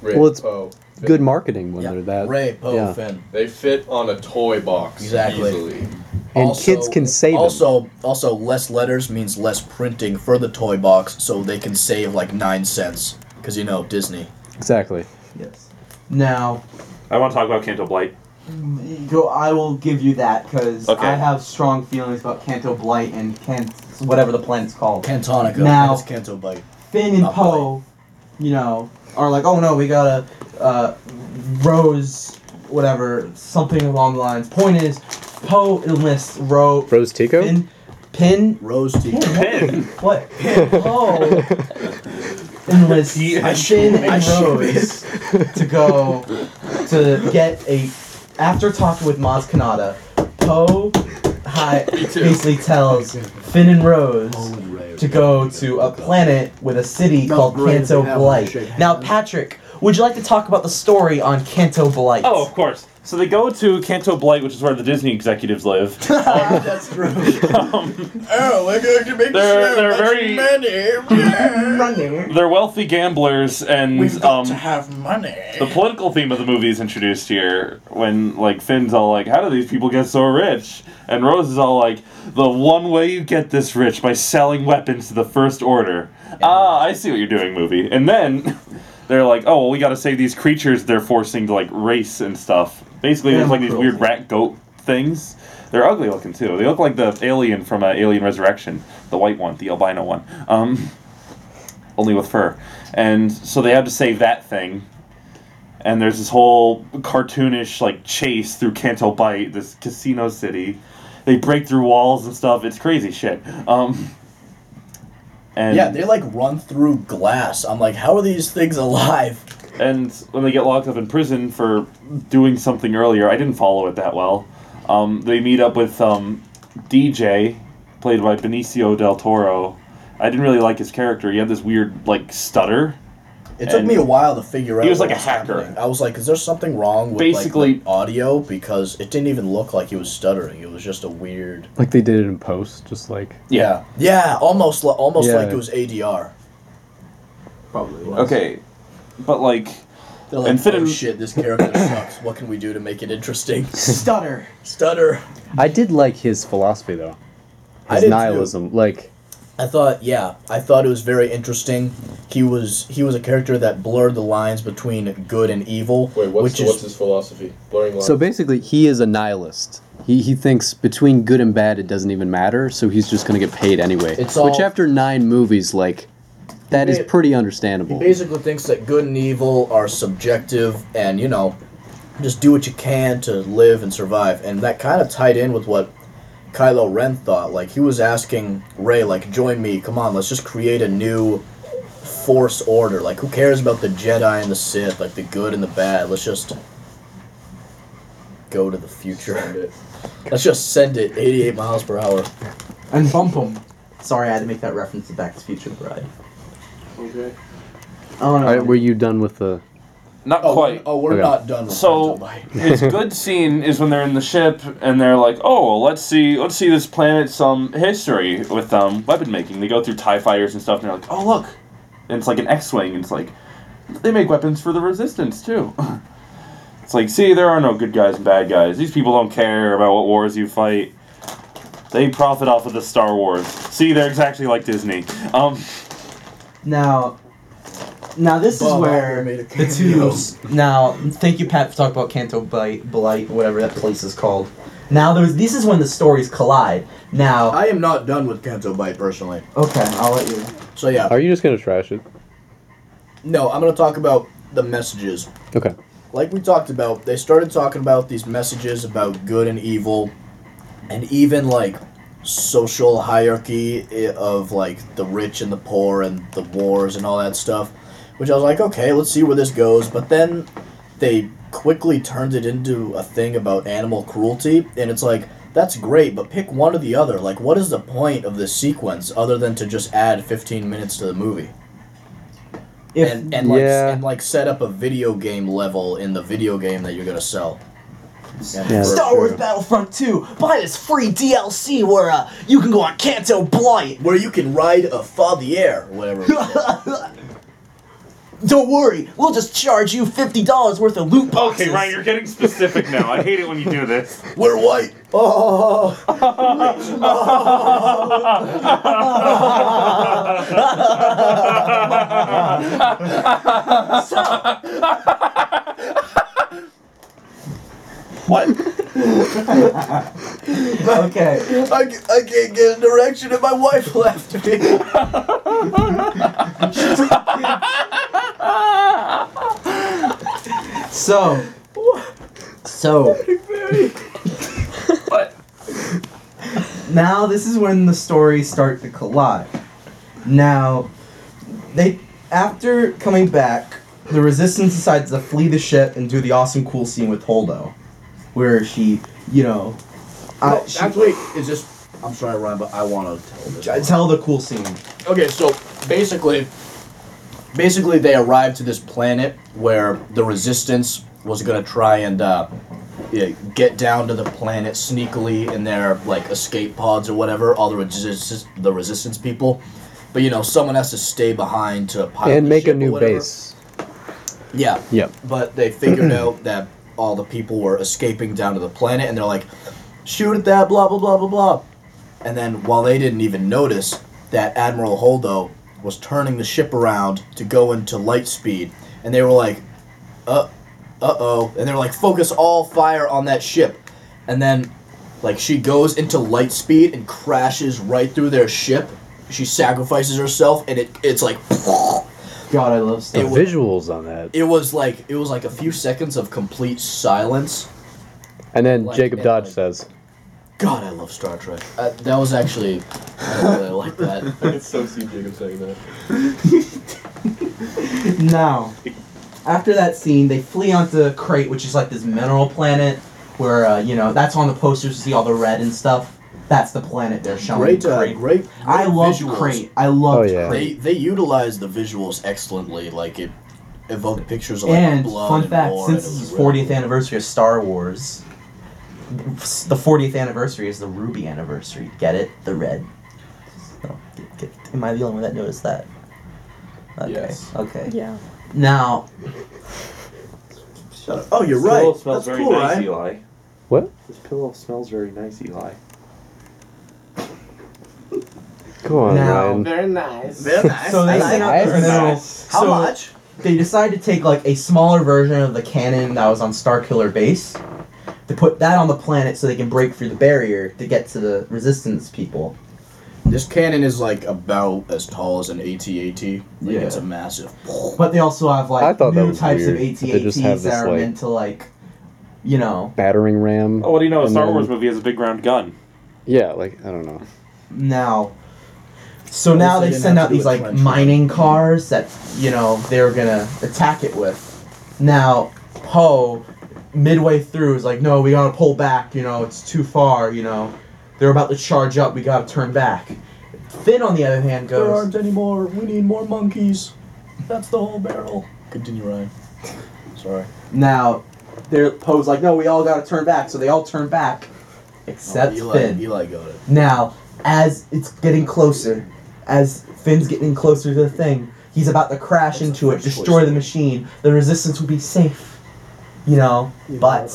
Speaker 9: Ray,
Speaker 1: Well, it's-
Speaker 4: oh,
Speaker 9: Poe, Finn.
Speaker 1: Good marketing when
Speaker 4: Yeah,
Speaker 1: they're that.
Speaker 4: Ray, Poe,
Speaker 1: yeah.
Speaker 4: Finn.
Speaker 9: They fit on a toy box
Speaker 4: Exactly.
Speaker 9: easily.
Speaker 1: And kids can save 'em.
Speaker 4: Also, also less letters means less printing for the toy box, so they can save like nine cents. Cause you know Disney.
Speaker 1: Exactly.
Speaker 5: Yes. Now,
Speaker 3: I want to talk about Canto Blight.
Speaker 5: go. I will give you that because
Speaker 3: Okay.
Speaker 5: I have strong feelings about Canto Blight and Kent, whatever the planet's called.
Speaker 4: Cantonica.
Speaker 5: Now-
Speaker 4: that's Canto Bite.
Speaker 5: Finn and
Speaker 4: Not
Speaker 5: Poe, you know, are like, oh no, we gotta uh, Rose, whatever, something along the lines. Point is, Poe enlists Ro,
Speaker 1: Rose Tico?
Speaker 5: Pin, Pin,
Speaker 4: Rose tea.
Speaker 3: Pin.
Speaker 5: what? Poe enlists
Speaker 3: I
Speaker 5: Finn and
Speaker 4: should be.
Speaker 5: Rose to go to get a. After talking with Maz Kanata, Poe hi, basically tells Finn and Rose to go to a planet with a city
Speaker 4: Not
Speaker 5: called
Speaker 4: great if
Speaker 5: Canto
Speaker 4: they have
Speaker 5: Blight.
Speaker 4: shake hands.
Speaker 5: Now, Patrick, would you like to talk about the story on Canto Blight?
Speaker 3: Oh, of course. So they go to Canto Blight, which is where the Disney executives live.
Speaker 4: That's true. oh, we're going to make
Speaker 3: Um, They're-
Speaker 4: sure
Speaker 3: they're
Speaker 4: that's
Speaker 3: very-
Speaker 4: money. Yeah.
Speaker 3: They're wealthy gamblers, and
Speaker 4: We've got
Speaker 3: um,
Speaker 4: to have money.
Speaker 3: the political theme of the movie is introduced here when like Finn's all like, "How do these people get so rich?" And Rose is all like, "The one way you get this rich by selling weapons to the First Order." Ah, I see what you're doing, movie. And then they're like, "Oh, well, we got to save these creatures they're forcing to like race and stuff." Basically, there's like these weird rat goat things. They're ugly looking too. They look like the alien from uh, Alien Resurrection, the white one, the albino one. Um, only with fur. And so they have to save that thing and there's this whole cartoonish like chase through Canto Bight, this casino city. They break through walls and stuff. It's crazy shit. Um, and
Speaker 4: Yeah, they like run through glass. I'm like, how are these things alive?
Speaker 3: and when they get locked up in prison for doing something earlier, I didn't follow it that well. Um, they meet up with um, DJ, played by Benicio del Toro. I didn't really like his character. He had this weird like stutter.
Speaker 4: It took
Speaker 3: And
Speaker 4: me a while to figure out.
Speaker 3: was
Speaker 4: what
Speaker 3: like a hacker.
Speaker 4: happening. I was like, is there something wrong with like,
Speaker 3: Basically-
Speaker 4: the audio? Because it didn't even look like he was stuttering. It was just a weird.
Speaker 1: Like they did it in post, just like
Speaker 4: Yeah, yeah, almost, li- almost
Speaker 1: Yeah.
Speaker 4: like it was ADR. Probably. Was.
Speaker 3: Okay, but like
Speaker 4: They're like,
Speaker 3: And fit
Speaker 4: oh
Speaker 3: in-
Speaker 4: shit, this character sucks. What can we do to make it interesting?
Speaker 5: Stutter.
Speaker 4: Stutter.
Speaker 1: I did like his philosophy though.
Speaker 4: I
Speaker 1: His
Speaker 4: did, too.
Speaker 1: nihilism. Like
Speaker 4: I thought, yeah, I thought it was very interesting. He was he was a character that blurred the lines between good and evil.
Speaker 9: Wait, what's,
Speaker 4: which
Speaker 9: the,
Speaker 4: is
Speaker 9: what's his philosophy? Blurring lines.
Speaker 1: so basically he is a nihilist. He he thinks between good and bad it doesn't even matter, so he's just gonna get paid anyway.
Speaker 4: It's
Speaker 1: Which
Speaker 4: all-
Speaker 1: after nine movies, like that is
Speaker 4: Ba-
Speaker 1: pretty
Speaker 4: he
Speaker 1: understandable.
Speaker 4: basically thinks that good and evil are subjective, and you know, just do what you can to live and survive. And that kind of tied in with what Kylo Ren thought. Like he was asking Rey, like, "Join me, come on, let's just create a new Force order. Like, who cares about the Jedi and the Sith? Like the good and the bad. Let's just." Go to the future. Let's just send it 88 miles per hour.
Speaker 5: And bump him. Sorry, I had to make that reference to Back to the Future Bride.
Speaker 9: okay.
Speaker 5: Oh no.
Speaker 1: All right, were you done with the
Speaker 3: not
Speaker 4: Oh,
Speaker 3: quite.
Speaker 4: oh we're
Speaker 1: Okay.
Speaker 4: not done with
Speaker 3: So
Speaker 4: Canto Bight.
Speaker 3: his good scene is when they're in the ship and they're like, "Oh, well, let's see, let's see this planet some history with um, weapon making." They go through Tie fighters and stuff, and they're like, "Oh, look!" And it's like an X-wing. And it's like they make weapons for the Resistance too. it's like, see, there are no good guys and bad guys. These people don't care about what wars you fight. They profit off of the Star Wars. See, they're exactly like Disney. Um,
Speaker 5: Now, now this
Speaker 4: Bob
Speaker 5: is where
Speaker 4: Iger made a
Speaker 5: the
Speaker 4: cameo.
Speaker 5: two. s- Now, thank you, Pat, for talking about Canto Blight, Blight, whatever that place is called. Now, there's this is when the stories collide. Now,
Speaker 4: I am not done with Canto Bite personally.
Speaker 5: okay, I'll let you.
Speaker 4: So yeah,
Speaker 1: Are you just gonna trash it?
Speaker 4: no, I'm gonna talk about the messages.
Speaker 1: Okay.
Speaker 4: Like we talked about, they started talking about these messages about good and evil, and even like social hierarchy i- of like the rich and the poor and the wars and all that stuff which i was like okay let's see where this goes but then they quickly turned it into a thing about animal cruelty and it's like that's great but pick one or the other like what is the point of this sequence other than to just add 15 minutes to the movie
Speaker 5: If
Speaker 4: and, and like
Speaker 1: Yeah.
Speaker 4: and like set up a video game level in the video game that you're gonna sell
Speaker 1: Yeah.
Speaker 5: Star Wars Battlefront 2, buy this free DLC where uh, you can go on Canto Blight.
Speaker 4: where you can ride a father or whatever.
Speaker 5: Don't worry, we'll just charge you fifty dollars worth of loot boxes.
Speaker 3: Okay, Ryan, you're getting specific now. I hate it when you do this.
Speaker 4: We're white.
Speaker 1: Oh,
Speaker 5: Okay.
Speaker 4: I, c- I can't get a direction, and my wife left me.
Speaker 5: So. So. now this is when the stories start to collide. Now, they after coming back, the resistance decides to flee the ship and do the awesome cool scene with Holdo, where she, you know, I,
Speaker 4: No,
Speaker 5: she,
Speaker 4: actually, it's just. I'm sorry, Ryan, but I want to tell this.
Speaker 5: I tell the cool scene.
Speaker 4: Okay, so basically, basically they arrived to this planet where the resistance was gonna try and uh, yeah, get down to the planet sneakily in their like escape pods or whatever. All the resistance, the resistance people. But you know, someone has to stay behind to pilot
Speaker 1: and
Speaker 4: the
Speaker 1: make a
Speaker 4: ship or
Speaker 1: new
Speaker 4: whatever.
Speaker 1: base.
Speaker 4: Yeah,
Speaker 1: Yep.
Speaker 4: but they figured out that all the people were escaping down to the planet, and they're like, shoot at that, blah, blah, blah, blah, blah. And then, while they didn't even notice, that Admiral Holdo was turning the ship around to go into light speed, and they were like, uh, uh-oh, and they're like, focus all fire on that ship. And then, like, she goes into light speed and crashes right through their ship. She sacrifices herself, and it, it's like,
Speaker 5: God, I love
Speaker 1: The
Speaker 5: stuff.
Speaker 4: It was-
Speaker 1: visuals on that.
Speaker 4: it was like it was like a few seconds of complete silence.
Speaker 1: And then
Speaker 4: like-
Speaker 1: Jacob
Speaker 4: and
Speaker 1: Dodge
Speaker 4: like-
Speaker 1: says,
Speaker 4: God, I love Star Trek. Uh, that was actually I really like that.
Speaker 9: It's so see Jacob saying that.
Speaker 5: Now, after that scene, they flee onto Crate, which is like this mineral planet where, uh, you know, that's on the posters. You see all the red and stuff. That's the planet they're showing.
Speaker 4: Great, uh,
Speaker 5: Crate.
Speaker 4: great, great.
Speaker 5: I love
Speaker 4: visuals.
Speaker 5: Crate. I love
Speaker 1: Oh, yeah.
Speaker 4: They
Speaker 5: Crate.
Speaker 4: they utilized the visuals excellently. Like it evoked pictures of like,
Speaker 5: And
Speaker 4: blood
Speaker 5: fun
Speaker 4: and
Speaker 5: fact,
Speaker 4: war,
Speaker 5: since
Speaker 4: and it
Speaker 5: this is
Speaker 4: was really
Speaker 5: 40th anniversary of Star Wars, the 40th anniversary is the Ruby anniversary. Get it? The red. No, get, get, am I the only one that noticed that? Okay.
Speaker 9: Yes.
Speaker 5: Okay.
Speaker 6: Yeah.
Speaker 5: Now,
Speaker 4: cool. Oh, you're
Speaker 3: This
Speaker 4: right.
Speaker 3: pillow smells
Speaker 4: That's
Speaker 3: very
Speaker 4: cool,
Speaker 3: nice,
Speaker 4: right?
Speaker 3: Eli.
Speaker 1: What?
Speaker 3: This pillow smells very nice, Eli.
Speaker 1: Go on,
Speaker 5: Now-
Speaker 1: Ryan.
Speaker 2: Very nice.
Speaker 4: Very nice.
Speaker 5: so they
Speaker 4: I
Speaker 5: set
Speaker 4: like
Speaker 5: out
Speaker 1: I
Speaker 5: this
Speaker 1: haven't-
Speaker 5: mineral.
Speaker 4: How
Speaker 5: so-
Speaker 4: much?
Speaker 5: they decided to take like a smaller version of the cannon that was on Starkiller Base to put that on the planet so they can break through the barrier to get to the resistance people.
Speaker 4: This cannon is like about as tall as an AT-AT. Like,
Speaker 5: Yeah.
Speaker 4: it's a massive.
Speaker 5: But they also have
Speaker 1: I
Speaker 5: like
Speaker 1: thought that
Speaker 5: new
Speaker 1: was
Speaker 5: types
Speaker 1: weird,
Speaker 5: of
Speaker 1: that they just have
Speaker 5: AT-ATs
Speaker 1: this,
Speaker 5: that are
Speaker 1: like-
Speaker 5: meant to like, you know.
Speaker 1: Battering ram.
Speaker 3: Oh, what do you know? A
Speaker 1: And
Speaker 3: Star
Speaker 1: then-
Speaker 3: Wars movie has a big round gun.
Speaker 1: Yeah, like, I don't know.
Speaker 5: Now, so
Speaker 4: At
Speaker 5: now
Speaker 4: least they
Speaker 5: they
Speaker 4: didn't
Speaker 5: send
Speaker 4: have
Speaker 5: out
Speaker 4: to do
Speaker 5: these
Speaker 4: a
Speaker 5: like
Speaker 4: trench run.
Speaker 5: mining cars that you know they're gonna attack it with. Now Poe, midway through, is like, "No, we gotta pull back. You know, it's too far. You know, they're about to charge up. We gotta turn back." Finn, on the other hand,
Speaker 4: There
Speaker 5: goes,
Speaker 4: aren't any more. We need more monkeys. That's the whole barrel. Continue, Ryan. Sorry.
Speaker 5: "Now, they're Poe's like, no, we all gotta turn back." So they all turn back, except
Speaker 4: Oh, Eli,
Speaker 5: Finn.
Speaker 4: Eli got it.
Speaker 5: Now, as it's getting closer, as Finn's getting closer to the thing, he's about to crash
Speaker 4: That's
Speaker 5: into
Speaker 4: the
Speaker 5: it,
Speaker 4: first
Speaker 5: destroy
Speaker 4: choice.
Speaker 5: the machine. The resistance will be safe, you know. But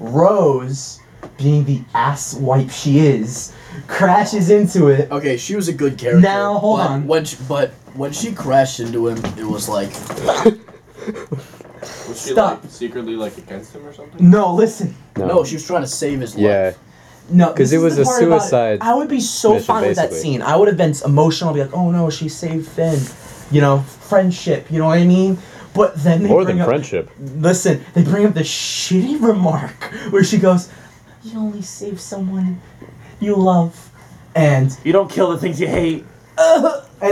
Speaker 5: Rose, being the ass wipe she is, crashes into it.
Speaker 4: Okay, she was a good character.
Speaker 5: Now, hold
Speaker 4: but
Speaker 5: on.
Speaker 4: When she, but when she crashed into him, it was like
Speaker 2: Was she
Speaker 5: Stop.
Speaker 2: like secretly like against him or something?
Speaker 5: No, listen.
Speaker 1: No.
Speaker 4: no, she was trying to save his
Speaker 1: yeah.
Speaker 4: life.
Speaker 5: No,
Speaker 1: 'Cause
Speaker 5: this
Speaker 1: it
Speaker 5: is
Speaker 1: was
Speaker 5: the
Speaker 1: a
Speaker 5: part about it.
Speaker 1: suicide
Speaker 5: I would be so
Speaker 1: mission,
Speaker 5: fine with that
Speaker 1: basically.
Speaker 5: scene. I would have been emotional, be like, "Oh no, she saved Finn," you know, friendship. You know what I mean? But then they
Speaker 1: More
Speaker 5: bring
Speaker 1: than
Speaker 5: up,
Speaker 1: friendship.
Speaker 5: Listen, they bring up the shitty remark where she goes, You only save someone you love, and
Speaker 3: You don't kill the things you hate.
Speaker 5: and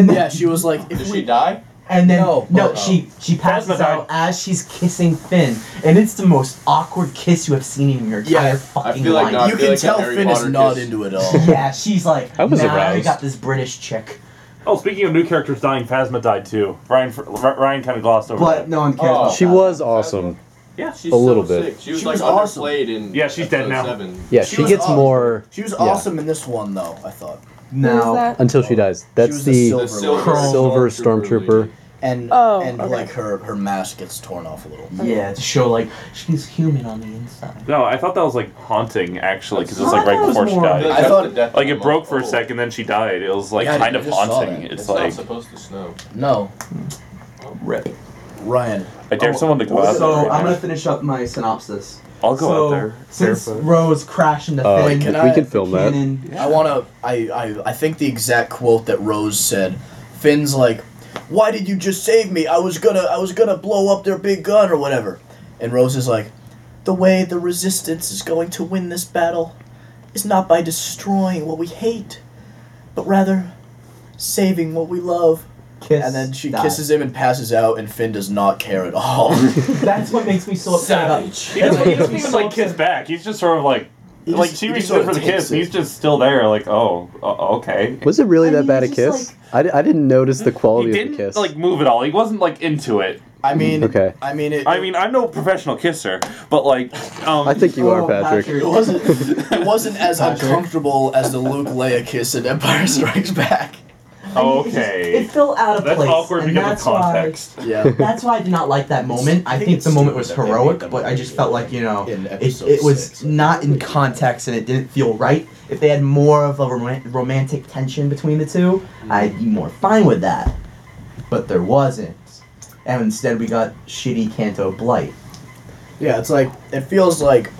Speaker 5: then,
Speaker 4: Yeah, she was like,
Speaker 9: Did
Speaker 4: if we
Speaker 9: she die?
Speaker 5: and then
Speaker 4: No,
Speaker 5: no,
Speaker 4: but, um,
Speaker 5: she she passes
Speaker 3: Phasma
Speaker 5: out as she's kissing Finn, and it's the most awkward kiss you have seen in your entire
Speaker 4: Yeah, I
Speaker 5: fucking
Speaker 9: feel like
Speaker 5: life.
Speaker 9: I
Speaker 4: you
Speaker 9: feel
Speaker 4: can
Speaker 9: like a
Speaker 4: tell
Speaker 9: Harry
Speaker 4: Finn is
Speaker 9: Potter
Speaker 4: not
Speaker 9: kiss.
Speaker 4: into it all.
Speaker 5: yeah, she's like,
Speaker 1: I was
Speaker 5: now I
Speaker 1: aroused.
Speaker 5: got this British chick,
Speaker 3: Oh, speaking of new characters dying, Phasma died too. Ryan fr- R- Ryan kind of glossed over
Speaker 5: but
Speaker 3: that.
Speaker 5: no one cares.
Speaker 9: Oh.
Speaker 5: about
Speaker 1: She
Speaker 5: that.
Speaker 1: was awesome.
Speaker 3: Yeah,
Speaker 9: She's
Speaker 1: A
Speaker 9: so
Speaker 1: little bit.
Speaker 9: Sick. She was
Speaker 4: She
Speaker 9: like
Speaker 4: was awesome.
Speaker 9: underplayed in.
Speaker 3: Yeah, she's dead
Speaker 9: episode
Speaker 3: now.
Speaker 9: Seven.
Speaker 1: Yeah,
Speaker 4: She
Speaker 1: she,
Speaker 4: was
Speaker 1: gets
Speaker 4: awesome.
Speaker 1: more
Speaker 4: She was
Speaker 1: Yeah.
Speaker 4: awesome in this one, though. I thought,
Speaker 6: Who's
Speaker 5: now.
Speaker 6: that?
Speaker 1: until she dies. That's
Speaker 4: was a
Speaker 1: the
Speaker 4: silver
Speaker 9: The silver,
Speaker 5: Crow.
Speaker 1: Silver Stormtrooper.
Speaker 9: lady.
Speaker 4: and
Speaker 6: Oh,
Speaker 4: and
Speaker 6: okay.
Speaker 4: like her her mask gets torn off a little.
Speaker 5: Yeah, to show like she's human on the inside.
Speaker 3: No, I thought that was like haunting actually, because it was
Speaker 5: I
Speaker 3: like
Speaker 5: thought
Speaker 3: right
Speaker 5: it was
Speaker 3: before she
Speaker 5: more-
Speaker 3: died.
Speaker 4: I thought-
Speaker 9: The death
Speaker 3: Like it
Speaker 9: knell.
Speaker 3: broke for a
Speaker 9: Oh.
Speaker 3: second, then she died. It was like
Speaker 4: Yeah, I
Speaker 3: kind of
Speaker 4: just saw
Speaker 3: haunting.
Speaker 4: that.
Speaker 3: It's
Speaker 9: It's
Speaker 3: like
Speaker 9: not supposed to snow.
Speaker 4: No,
Speaker 5: Rip.
Speaker 4: Ryan.
Speaker 3: I dare someone to go out
Speaker 5: So
Speaker 3: there.
Speaker 5: I'm gonna finish up my synopsis.
Speaker 3: I'll go
Speaker 5: so
Speaker 3: out there.
Speaker 5: since
Speaker 3: barefoot.
Speaker 5: Rose crashed into
Speaker 1: Uh,
Speaker 5: Finn,
Speaker 1: we
Speaker 4: can
Speaker 1: can,
Speaker 4: I-
Speaker 1: film that.
Speaker 5: Cannon,
Speaker 4: I wanna. I, I I think the exact quote that Rose said. Finn's like, "Why did you just save me? I was gonna I was gonna blow up their big gun or whatever." And Rose is like, "The way the resistance is going to win this battle is not by destroying what we hate, but rather saving what we love."
Speaker 5: kiss,
Speaker 4: And then she
Speaker 5: die.
Speaker 4: kisses him and passes out, and Finn does not care at all.
Speaker 5: That's what makes me so upset. About,
Speaker 9: Savage.
Speaker 3: He doesn't, he
Speaker 5: That's
Speaker 3: doesn't
Speaker 5: what
Speaker 3: even
Speaker 5: makes me
Speaker 3: like kiss back. He's just sort of like,
Speaker 4: He
Speaker 3: like
Speaker 4: just-
Speaker 3: she
Speaker 4: he just
Speaker 3: reaches
Speaker 4: sort
Speaker 3: in
Speaker 4: of
Speaker 3: for the
Speaker 4: takes
Speaker 3: kiss.
Speaker 4: it.
Speaker 3: and He's just still there. Like, oh, uh, okay.
Speaker 1: Was it really
Speaker 5: I
Speaker 1: that
Speaker 5: mean,
Speaker 1: bad a
Speaker 5: it's just
Speaker 1: kiss? I, di- I didn't notice the
Speaker 3: He
Speaker 1: quality of the
Speaker 3: didn't
Speaker 1: kiss.
Speaker 3: like move at all. He wasn't like into it.
Speaker 4: I mean,
Speaker 1: Okay.
Speaker 4: I mean, it,
Speaker 3: I mean, I'm no professional kisser, but like, um,
Speaker 1: I think you
Speaker 5: Oh,
Speaker 1: are, Patrick.
Speaker 4: it wasn't it wasn't as uncomfortable as the Luke Leia kiss in Empire Strikes Back.
Speaker 3: okay.
Speaker 5: It felt out of
Speaker 3: That's
Speaker 5: place.
Speaker 3: awkward
Speaker 5: and
Speaker 3: because
Speaker 5: that's
Speaker 3: of context.
Speaker 4: Yeah.
Speaker 5: Why, that's why I did not like that moment. I
Speaker 4: think
Speaker 5: think
Speaker 4: it's
Speaker 5: the moment
Speaker 4: stupid
Speaker 5: was
Speaker 4: that they made
Speaker 5: heroic,
Speaker 4: them
Speaker 5: but I just felt like you know,
Speaker 4: in
Speaker 5: it,
Speaker 4: episode
Speaker 5: it was
Speaker 4: six.
Speaker 5: not in context and it didn't feel right. If they had more of a rom- romantic tension between the two,
Speaker 4: Mm.
Speaker 5: I'd be more fine with that. But there wasn't, and instead we got shitty Canto Blight.
Speaker 4: Yeah, it's like it feels like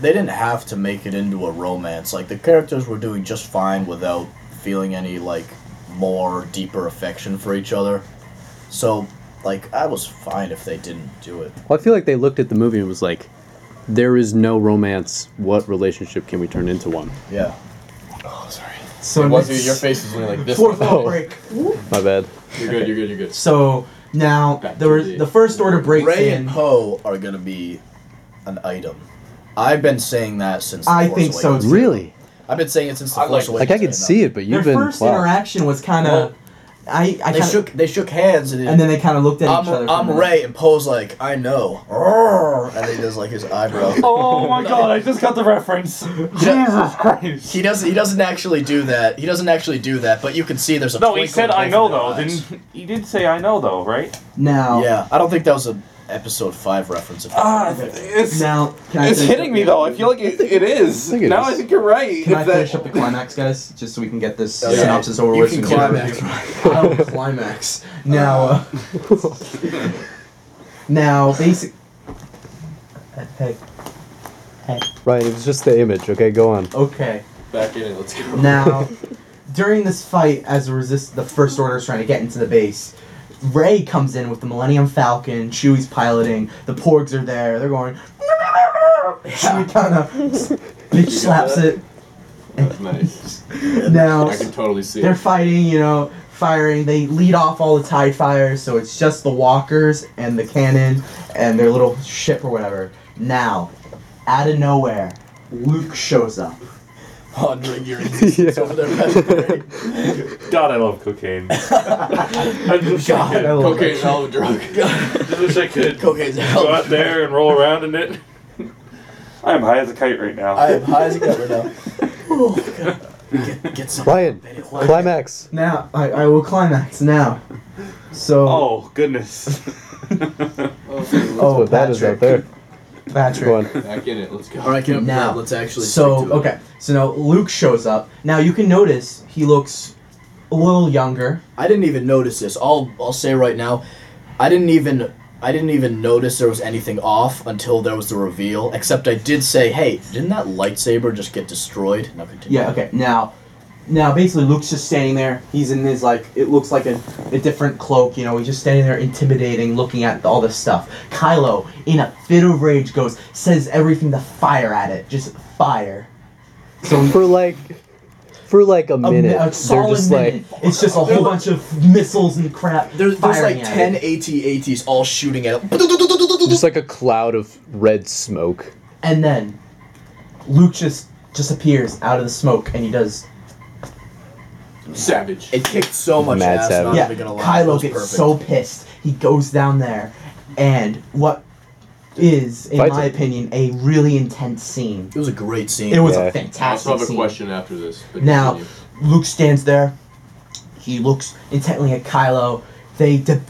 Speaker 4: they didn't have to make it into a romance. Like the characters were doing just fine without feeling any like more deeper affection for each other. So like I was fine if they didn't do it.
Speaker 1: Well, I feel like they looked at the movie and was like, "There is no romance. What relationship can we turn into one?"
Speaker 4: Yeah.
Speaker 9: Oh, sorry.
Speaker 5: So
Speaker 9: Was
Speaker 5: it's-
Speaker 9: your face is only like this.
Speaker 5: Fourth
Speaker 1: Oh.
Speaker 5: outbreak.
Speaker 1: My bad.
Speaker 9: You're good. You're good. You're good.
Speaker 5: So now
Speaker 9: Back
Speaker 5: there
Speaker 9: to
Speaker 5: was
Speaker 9: the-
Speaker 5: the first order breaks
Speaker 4: Ray
Speaker 5: in.
Speaker 4: and Poe are gonna be an item. I've been saying that since. The
Speaker 5: I
Speaker 4: Force
Speaker 5: think so,
Speaker 4: Awakens.
Speaker 1: Really?
Speaker 4: I've been saying it since the
Speaker 9: I
Speaker 4: Force uh,
Speaker 9: like-
Speaker 1: Like I could see it, but
Speaker 5: Their
Speaker 1: you've been
Speaker 5: first
Speaker 1: wow.
Speaker 5: interaction was kind of, I, I
Speaker 4: They
Speaker 5: kinda,
Speaker 4: shook. They shook hands and.
Speaker 5: and then they kind of looked at each other.
Speaker 4: I'm,
Speaker 5: for a
Speaker 4: I'm
Speaker 5: minute.
Speaker 4: Ray and Poe's like I know, Arr! and he does like his eyebrow.
Speaker 3: Oh my god! I just got the reference. Jesus Christ.
Speaker 4: He doesn't. He doesn't actually do that. He doesn't actually do that. But you can see there's a.
Speaker 3: No, he
Speaker 4: twinkle
Speaker 3: said
Speaker 4: in
Speaker 3: I
Speaker 4: both
Speaker 3: know
Speaker 4: of their
Speaker 3: though.
Speaker 4: eyes.
Speaker 3: Didn't he? Did say I know though, right?
Speaker 5: Now,
Speaker 4: Yeah, I don't think that was a episode five reference. If
Speaker 3: Ah, it's
Speaker 5: now can I
Speaker 3: it's
Speaker 5: finish
Speaker 3: hitting
Speaker 5: up-
Speaker 3: me though. I feel like it, it is.
Speaker 1: I think it
Speaker 3: now
Speaker 1: is.
Speaker 3: I think you're right.
Speaker 5: Can
Speaker 3: If
Speaker 5: I
Speaker 3: that-
Speaker 5: finish up the climax, guys? Just so we can get this
Speaker 4: Oh, Yeah.
Speaker 5: synopsis over
Speaker 4: You
Speaker 5: with.
Speaker 4: can
Speaker 5: so we can
Speaker 4: climax.
Speaker 5: get- Oh, climax. Now, uh, now, basic. Hey,
Speaker 1: Ryan, it was just the image. Okay, go on.
Speaker 5: okay.
Speaker 9: Back in it. Let's go.
Speaker 5: Now, during this fight, as a resist, the First Order is trying to get into the base. Ray comes in with the Millennium Falcon. Chewie's piloting. The Porgs are there. They're going. Chewie kind of bitch slaps it.
Speaker 9: That's nice.
Speaker 5: Now
Speaker 9: I can totally see
Speaker 5: they're
Speaker 9: it.
Speaker 5: fighting. You know, firing. They lead off all the Tide fires, so it's just the walkers and the cannon and their little ship or whatever. Now, out of nowhere, Luke shows up.
Speaker 4: pondering your
Speaker 1: Yeah.
Speaker 4: over their best friend.
Speaker 3: God, I love cocaine. I just wish I
Speaker 5: God, I
Speaker 3: could.
Speaker 5: love
Speaker 9: Cocaine's all a drug.
Speaker 3: Just wish I could
Speaker 4: Cocaine's
Speaker 3: go
Speaker 4: out.
Speaker 3: out there and roll around in it. I am high as a kite right now.
Speaker 4: I am high as a cover now. Oh, God. Get, get some.
Speaker 1: Ryan, climax.
Speaker 5: Now I, I will climax now. So
Speaker 3: oh goodness.
Speaker 5: Oh,
Speaker 1: But that is out there.
Speaker 5: Patrick.
Speaker 1: Go on.
Speaker 9: Back in it. Let's go.
Speaker 4: All right, can
Speaker 5: Now.
Speaker 4: let's actually.
Speaker 5: So
Speaker 4: stick to it.
Speaker 5: okay, so now Luke shows up. Now you can notice he looks a little younger.
Speaker 4: I didn't even notice this. I'll I'll say right now, I didn't even I didn't even notice there was anything off until there was the reveal. Except I did say, hey, didn't that lightsaber just get destroyed? Now continue.
Speaker 5: Yeah. Okay. Now Now, basically, Luke's just standing there. He's in his, like, it looks like a, a different cloak, you know. He's just standing there, intimidating, looking at all this stuff. Kylo, in a fit of rage, goes, says everything to fire at it. Just fire. So
Speaker 1: for like for like a
Speaker 5: a, mi-
Speaker 1: minute.
Speaker 5: a
Speaker 1: they're
Speaker 5: solid
Speaker 1: just
Speaker 5: minute. it's just a whole bunch of missiles and crap.
Speaker 4: There's, there's
Speaker 5: firing
Speaker 4: like
Speaker 5: at
Speaker 4: 10
Speaker 5: it.
Speaker 4: AT-ATs all shooting at it.
Speaker 1: like just like a cloud of red smoke.
Speaker 5: And then Luke just just appears out of the smoke and he does.
Speaker 2: Savage.
Speaker 4: It kicked so much
Speaker 1: Mad
Speaker 4: ass.
Speaker 1: savage.
Speaker 4: Not
Speaker 5: yeah,
Speaker 4: even gonna lie. it
Speaker 5: Kylo
Speaker 4: was
Speaker 5: gets
Speaker 4: perfect.
Speaker 5: so pissed. He goes down there, and what is, in
Speaker 1: Fights
Speaker 5: my
Speaker 1: him.
Speaker 5: opinion, a really intense scene.
Speaker 4: It was a great scene.
Speaker 5: It was
Speaker 1: Yeah.
Speaker 5: a
Speaker 2: I also
Speaker 5: fantastic
Speaker 2: have a
Speaker 5: scene.
Speaker 2: question after this. but
Speaker 5: Now,
Speaker 2: continue.
Speaker 5: Luke stands there. He looks intently at Kylo. They de-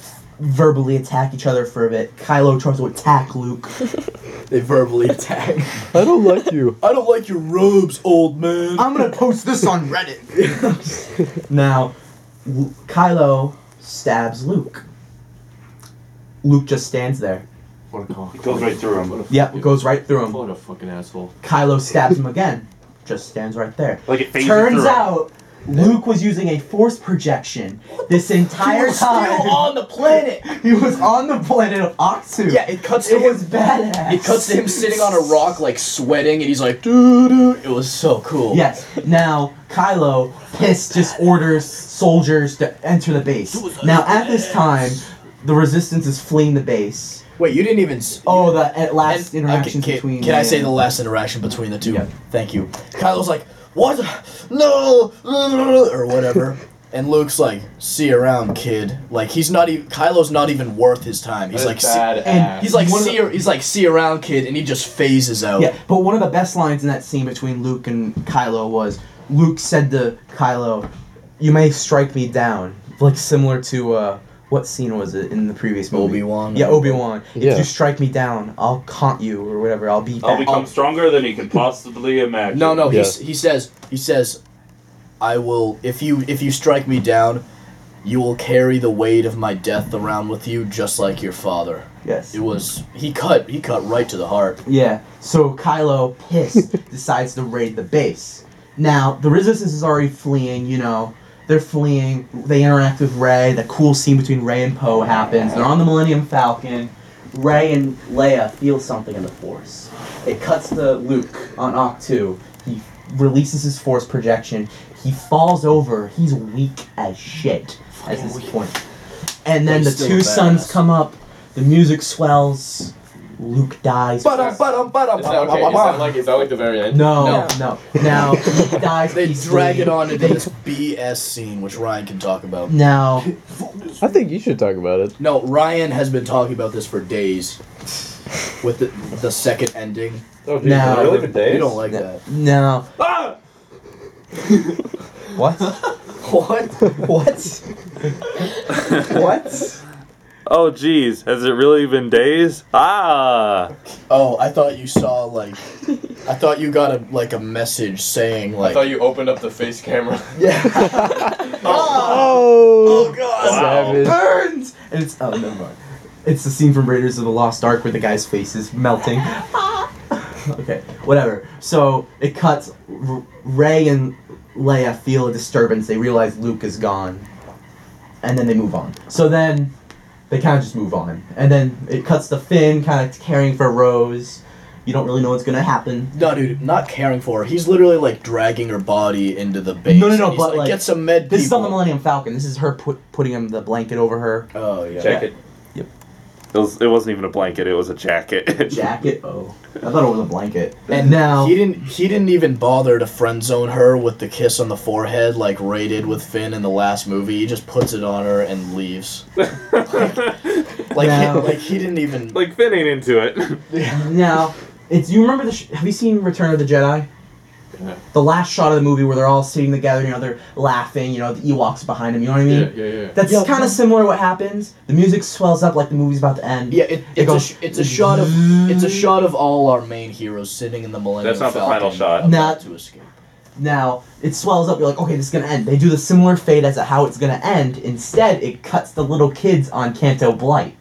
Speaker 5: verbally attack each other for a bit. Kylo tries to attack Luke.
Speaker 4: They verbally attack.
Speaker 1: I don't like you.
Speaker 4: I don't like your robes, old man.
Speaker 5: I'm gonna post this on Reddit. now, Lu- Kylo stabs Luke. Luke just standds there.
Speaker 2: What a cock.
Speaker 3: Goes right through him.
Speaker 2: What a
Speaker 5: Yep,
Speaker 2: fucking-
Speaker 5: goes right through him.
Speaker 2: What a fucking asshole.
Speaker 5: Kylo stabs him again. Just stands right there.
Speaker 3: Like it phases
Speaker 5: Turns
Speaker 3: through.
Speaker 5: out, Luke was using a force projection this entire time.
Speaker 4: Still on the planet.
Speaker 5: he was on the planet of Oxu.
Speaker 4: Yeah, it cuts to
Speaker 5: it
Speaker 4: him.
Speaker 5: was badass.
Speaker 4: It cuts to him sitting on a rock, like sweating, and he's like, doo doo. It was so cool.
Speaker 5: Yes. Now Kylo pissed just orders soldiers to enter the base. Now at this time, the resistance is fleeing the base.
Speaker 4: Wait, you didn't even. s-
Speaker 5: Oh, the at last
Speaker 4: And-
Speaker 5: interaction
Speaker 4: okay, can,
Speaker 5: between.
Speaker 4: Can I say
Speaker 5: yeah.
Speaker 4: the last interaction between the two?
Speaker 5: Yeah.
Speaker 4: Thank you. Kylo's like, what? No, or whatever. And Luke's like, see you around, kid. Like he's not even. Kylo's not even worth his time. He's like, see,
Speaker 2: bad
Speaker 5: and
Speaker 4: he's like,
Speaker 5: One of the-
Speaker 4: see, you- he's like, see you around, kid, and he just phases out.
Speaker 5: Yeah, but one of the best lines in that scene between Luke and Kylo was Luke said to Kylo, "You may strike me down," like similar to uh, what scene was it in the previous movie?
Speaker 4: Obi-Wan.
Speaker 5: Yeah, Obi Wan.
Speaker 1: Yeah.
Speaker 5: If you strike me down, I'll taunt you or whatever. I'll be.
Speaker 3: I'll
Speaker 5: back."
Speaker 3: become stronger than he can possibly imagine.
Speaker 4: No, no.
Speaker 1: Yeah.
Speaker 4: He He he says he says, I will if you if you strike me down, you will carry the weight of my death around with you, just like your father.
Speaker 5: Yes.
Speaker 4: It was he cut he cut right to the heart.
Speaker 5: Yeah. So Kylo, pissed, decides to raid the base. Now the resistance is already fleeing. You know, they're fleeing. They interact with Rey. The cool scene between Rey and Poe happens. They're on the Millennium Falcon. Rey and Leia feel something in the Force. It cuts to Luke on Octu. He releases his Force projection. He falls over. He's weak as shit at this point. And then
Speaker 4: But
Speaker 5: the
Speaker 4: he's still a
Speaker 5: two sons
Speaker 4: badass.
Speaker 5: come up. The music swells. Luke dies.
Speaker 4: Ba-dum, ba-dum, ba-dum,
Speaker 2: Is that, okay?
Speaker 4: ba-ba-ba-ba.
Speaker 2: is, that like, is that like the very end?
Speaker 5: No, no. Now he dies.
Speaker 4: They
Speaker 5: peacefully.
Speaker 4: drag it on into this BS scene, which Ryan can talk about.
Speaker 5: Now,
Speaker 1: I think you should talk about it.
Speaker 4: No, Ryan has been talking about this for days. With the, the second ending,
Speaker 3: Oh, geez,
Speaker 5: Now-
Speaker 3: really good days.
Speaker 4: you
Speaker 1: Oh,
Speaker 4: don't like that.
Speaker 5: now.
Speaker 3: Ah!
Speaker 5: What?
Speaker 4: What?
Speaker 5: What? what?
Speaker 3: Oh, geez, has it really been days? Ah,
Speaker 4: Oh, I thought you saw like, I thought you got a like a message saying
Speaker 2: I
Speaker 4: like,
Speaker 2: thought you opened up the face camera.
Speaker 4: yeah,
Speaker 1: Oh,
Speaker 4: God,
Speaker 1: savage.
Speaker 5: Burns. And it's oh never mind. It's the scene from Raiders of the Lost Ark where the guy's face is melting. okay, whatever. So it cuts. R- Ray and Leia feel a disturbance. They realize Luke is gone, and then they move on. So then they kind of just move on, and then it cuts to Finn kind of caring for Rose. You don't really know what's gonna happen.
Speaker 4: no, dude, not caring for her. He's literally like dragging her body into the base.
Speaker 5: No, no, no,
Speaker 4: and he's
Speaker 5: but, like,
Speaker 4: get some med.
Speaker 5: This is on the
Speaker 4: people."
Speaker 5: Millennium Falcon. This is her put, putting him the blanket over her
Speaker 4: Oh yeah.
Speaker 3: jacket.
Speaker 5: Yep.
Speaker 3: It, was, it wasn't even a blanket; it was a jacket.
Speaker 5: jacket. Oh, I thought it was a blanket.
Speaker 4: And
Speaker 5: And now
Speaker 4: He didn't. He didn't even bother to friend zone her with the kiss on the forehead, like Ray did with Finn in the last movie. He just puts it on her and leaves. Like,
Speaker 5: No.
Speaker 4: he, like he didn't even.
Speaker 3: like Finn ain't into it.
Speaker 5: Now, it's you remember the? Sh- have you seen Return of the Jedi?
Speaker 2: Yeah.
Speaker 5: The last shot of the movie where they're all sitting together, you know, they're laughing, you know, the Ewoks behind them, you know what I mean?
Speaker 2: Yeah, yeah, yeah.
Speaker 5: That's
Speaker 4: Yeah.
Speaker 5: kind of similar to what happens. The music swells up like the movie's about to end.
Speaker 4: yeah, it,
Speaker 5: It
Speaker 4: it's, a,
Speaker 5: goes-
Speaker 4: sh- it's a shot of it's a shot of all our main heroes sitting in the Millennium
Speaker 3: That's not the
Speaker 4: Falcon
Speaker 3: final shot.
Speaker 4: about
Speaker 5: Not-
Speaker 4: to escape.
Speaker 5: Now, it swells up, you're like, okay, this is gonna end. They do the similar fate as to how it's gonna end. Instead, it cuts the little kids on Canto Blight.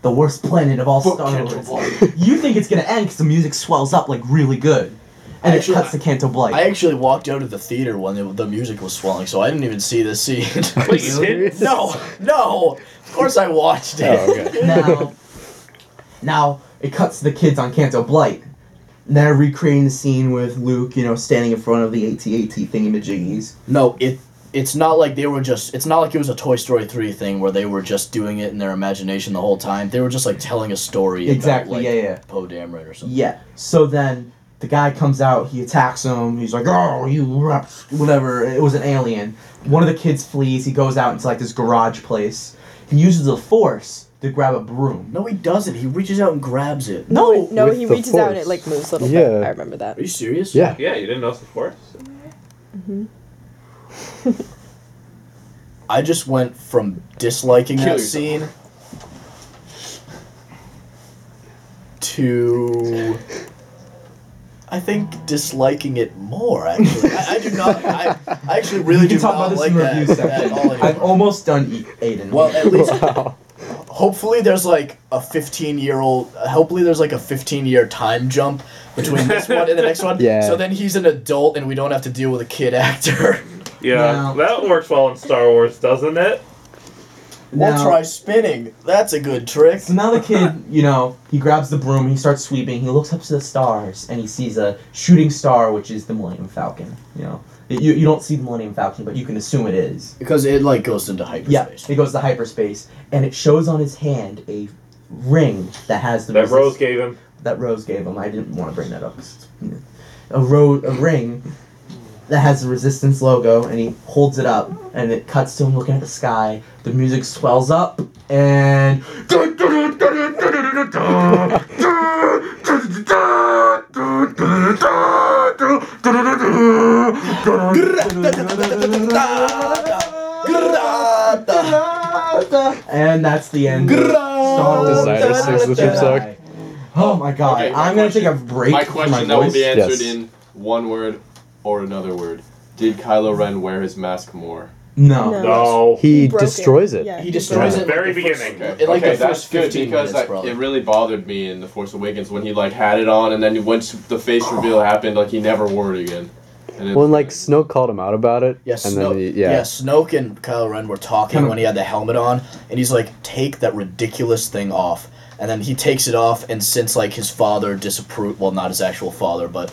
Speaker 5: The worst planet of all Star Wars. You think it's gonna end because the music swells up like really good. And
Speaker 4: Actually,
Speaker 5: it cuts to Canto Blight.
Speaker 4: I actually walked out of the theater when the, the music was swelling, so I didn't even see this scene.
Speaker 3: Wait, you did?
Speaker 4: no, no. Of course I watched it.
Speaker 1: Oh, okay.
Speaker 5: now, now it cuts to the kids on Canto Blight. And they're recreating the scene with Luke, you know, standing in front of the AT-AT thingy-majiggies.
Speaker 4: No, it it's not like they were just it's not like it was a Toy Story 3 thing where they were just doing it in their imagination the whole time. They were just like telling a story
Speaker 5: Exactly,
Speaker 4: about, like,
Speaker 5: yeah, yeah.
Speaker 4: Poe Dameron or something.
Speaker 5: Yeah. So then the guy comes out, he attacks him, he's like, oh, you reps, whatever. It was an alien. One of the kids flees, he goes out into like this garage place. He uses the force to grab a broom.
Speaker 4: No, he doesn't. He reaches out and grabs it.
Speaker 6: No, no,
Speaker 1: with
Speaker 6: he
Speaker 1: the
Speaker 6: reaches out and it
Speaker 1: force.
Speaker 6: like moves a little bit.
Speaker 1: Yeah.
Speaker 6: I remember that.
Speaker 4: Are you serious?
Speaker 1: Yeah.
Speaker 2: Yeah, you didn't know the force.
Speaker 4: I just went from disliking
Speaker 2: Kill
Speaker 4: that
Speaker 2: yourself.
Speaker 4: scene to I think disliking it more. Actually, I, I do not. I, I actually really
Speaker 5: We
Speaker 4: do
Speaker 5: can talk
Speaker 4: not
Speaker 5: about this
Speaker 4: like
Speaker 5: in the
Speaker 4: that,
Speaker 5: review
Speaker 4: at
Speaker 5: section.
Speaker 4: all anymore.
Speaker 5: I've almost done e- Aiden.
Speaker 4: well, at least
Speaker 1: Wow.
Speaker 4: hopefully there's like a 15 year old. Hopefully there's like a 15 year time jump between this one and the next one.
Speaker 1: Yeah.
Speaker 4: So then he's an adult, and we don't have to deal with a kid actor.
Speaker 3: Yeah,
Speaker 5: No.
Speaker 3: that works well in Star Wars, doesn't it?
Speaker 5: Now-
Speaker 4: we'll try spinning. That's a good trick.
Speaker 5: So now the kid, you know, he grabs the broom, he starts sweeping, he looks up to the stars, and he sees a shooting star, which is the Millennium Falcon. You know, you, you don't see the Millennium Falcon, but you can assume it is.
Speaker 4: Because it like goes into
Speaker 5: Yeah,
Speaker 4: hyperspace.
Speaker 5: it goes to hyperspace, and it shows on his hand a ring that has the
Speaker 3: That Rose
Speaker 5: resist-
Speaker 3: gave him.
Speaker 5: that Rose gave him. I didn't want to bring that up. 'cause it's, you know, a ro- a ring that has the resistance logo, and he holds it up, and it cuts to him looking at the sky. The music swells up, and and that's the end. of Star Wars
Speaker 1: Designer sings the theme song.
Speaker 5: Jedi. Oh my god!
Speaker 2: Okay, my
Speaker 5: I'm gonna take a
Speaker 2: question-
Speaker 5: break.
Speaker 2: My
Speaker 5: for
Speaker 2: question
Speaker 5: my
Speaker 2: that will be
Speaker 5: voice.
Speaker 2: answered
Speaker 1: Yes.
Speaker 2: in one word or another word. Did Kylo Ren wear his mask more?
Speaker 5: No.
Speaker 6: No.
Speaker 3: No.
Speaker 1: He
Speaker 6: broke
Speaker 1: destroys it.
Speaker 6: Yeah,
Speaker 4: He destroys
Speaker 1: Yeah.
Speaker 4: it.
Speaker 3: Very
Speaker 4: like, the first-
Speaker 3: beginning.
Speaker 4: in, like, the
Speaker 2: that's
Speaker 4: first
Speaker 2: good
Speaker 4: 15
Speaker 2: because
Speaker 4: minutes,
Speaker 2: like,
Speaker 4: probably.
Speaker 2: it really bothered me in the Force Awakens when he like had it on and then once the face reveal happened, like he never wore it again. And it,
Speaker 1: When like Snoke called him out about it.
Speaker 4: Yes,
Speaker 1: and
Speaker 4: Snoke,
Speaker 1: then he,
Speaker 4: yeah.
Speaker 1: yeah.
Speaker 4: Snoke and Kylo Ren were talking
Speaker 5: Kinda-
Speaker 4: when he had the helmet on, and he's like, "Take that ridiculous thing off." And then he takes it off, and since like his father disapproved, well, not his actual father, but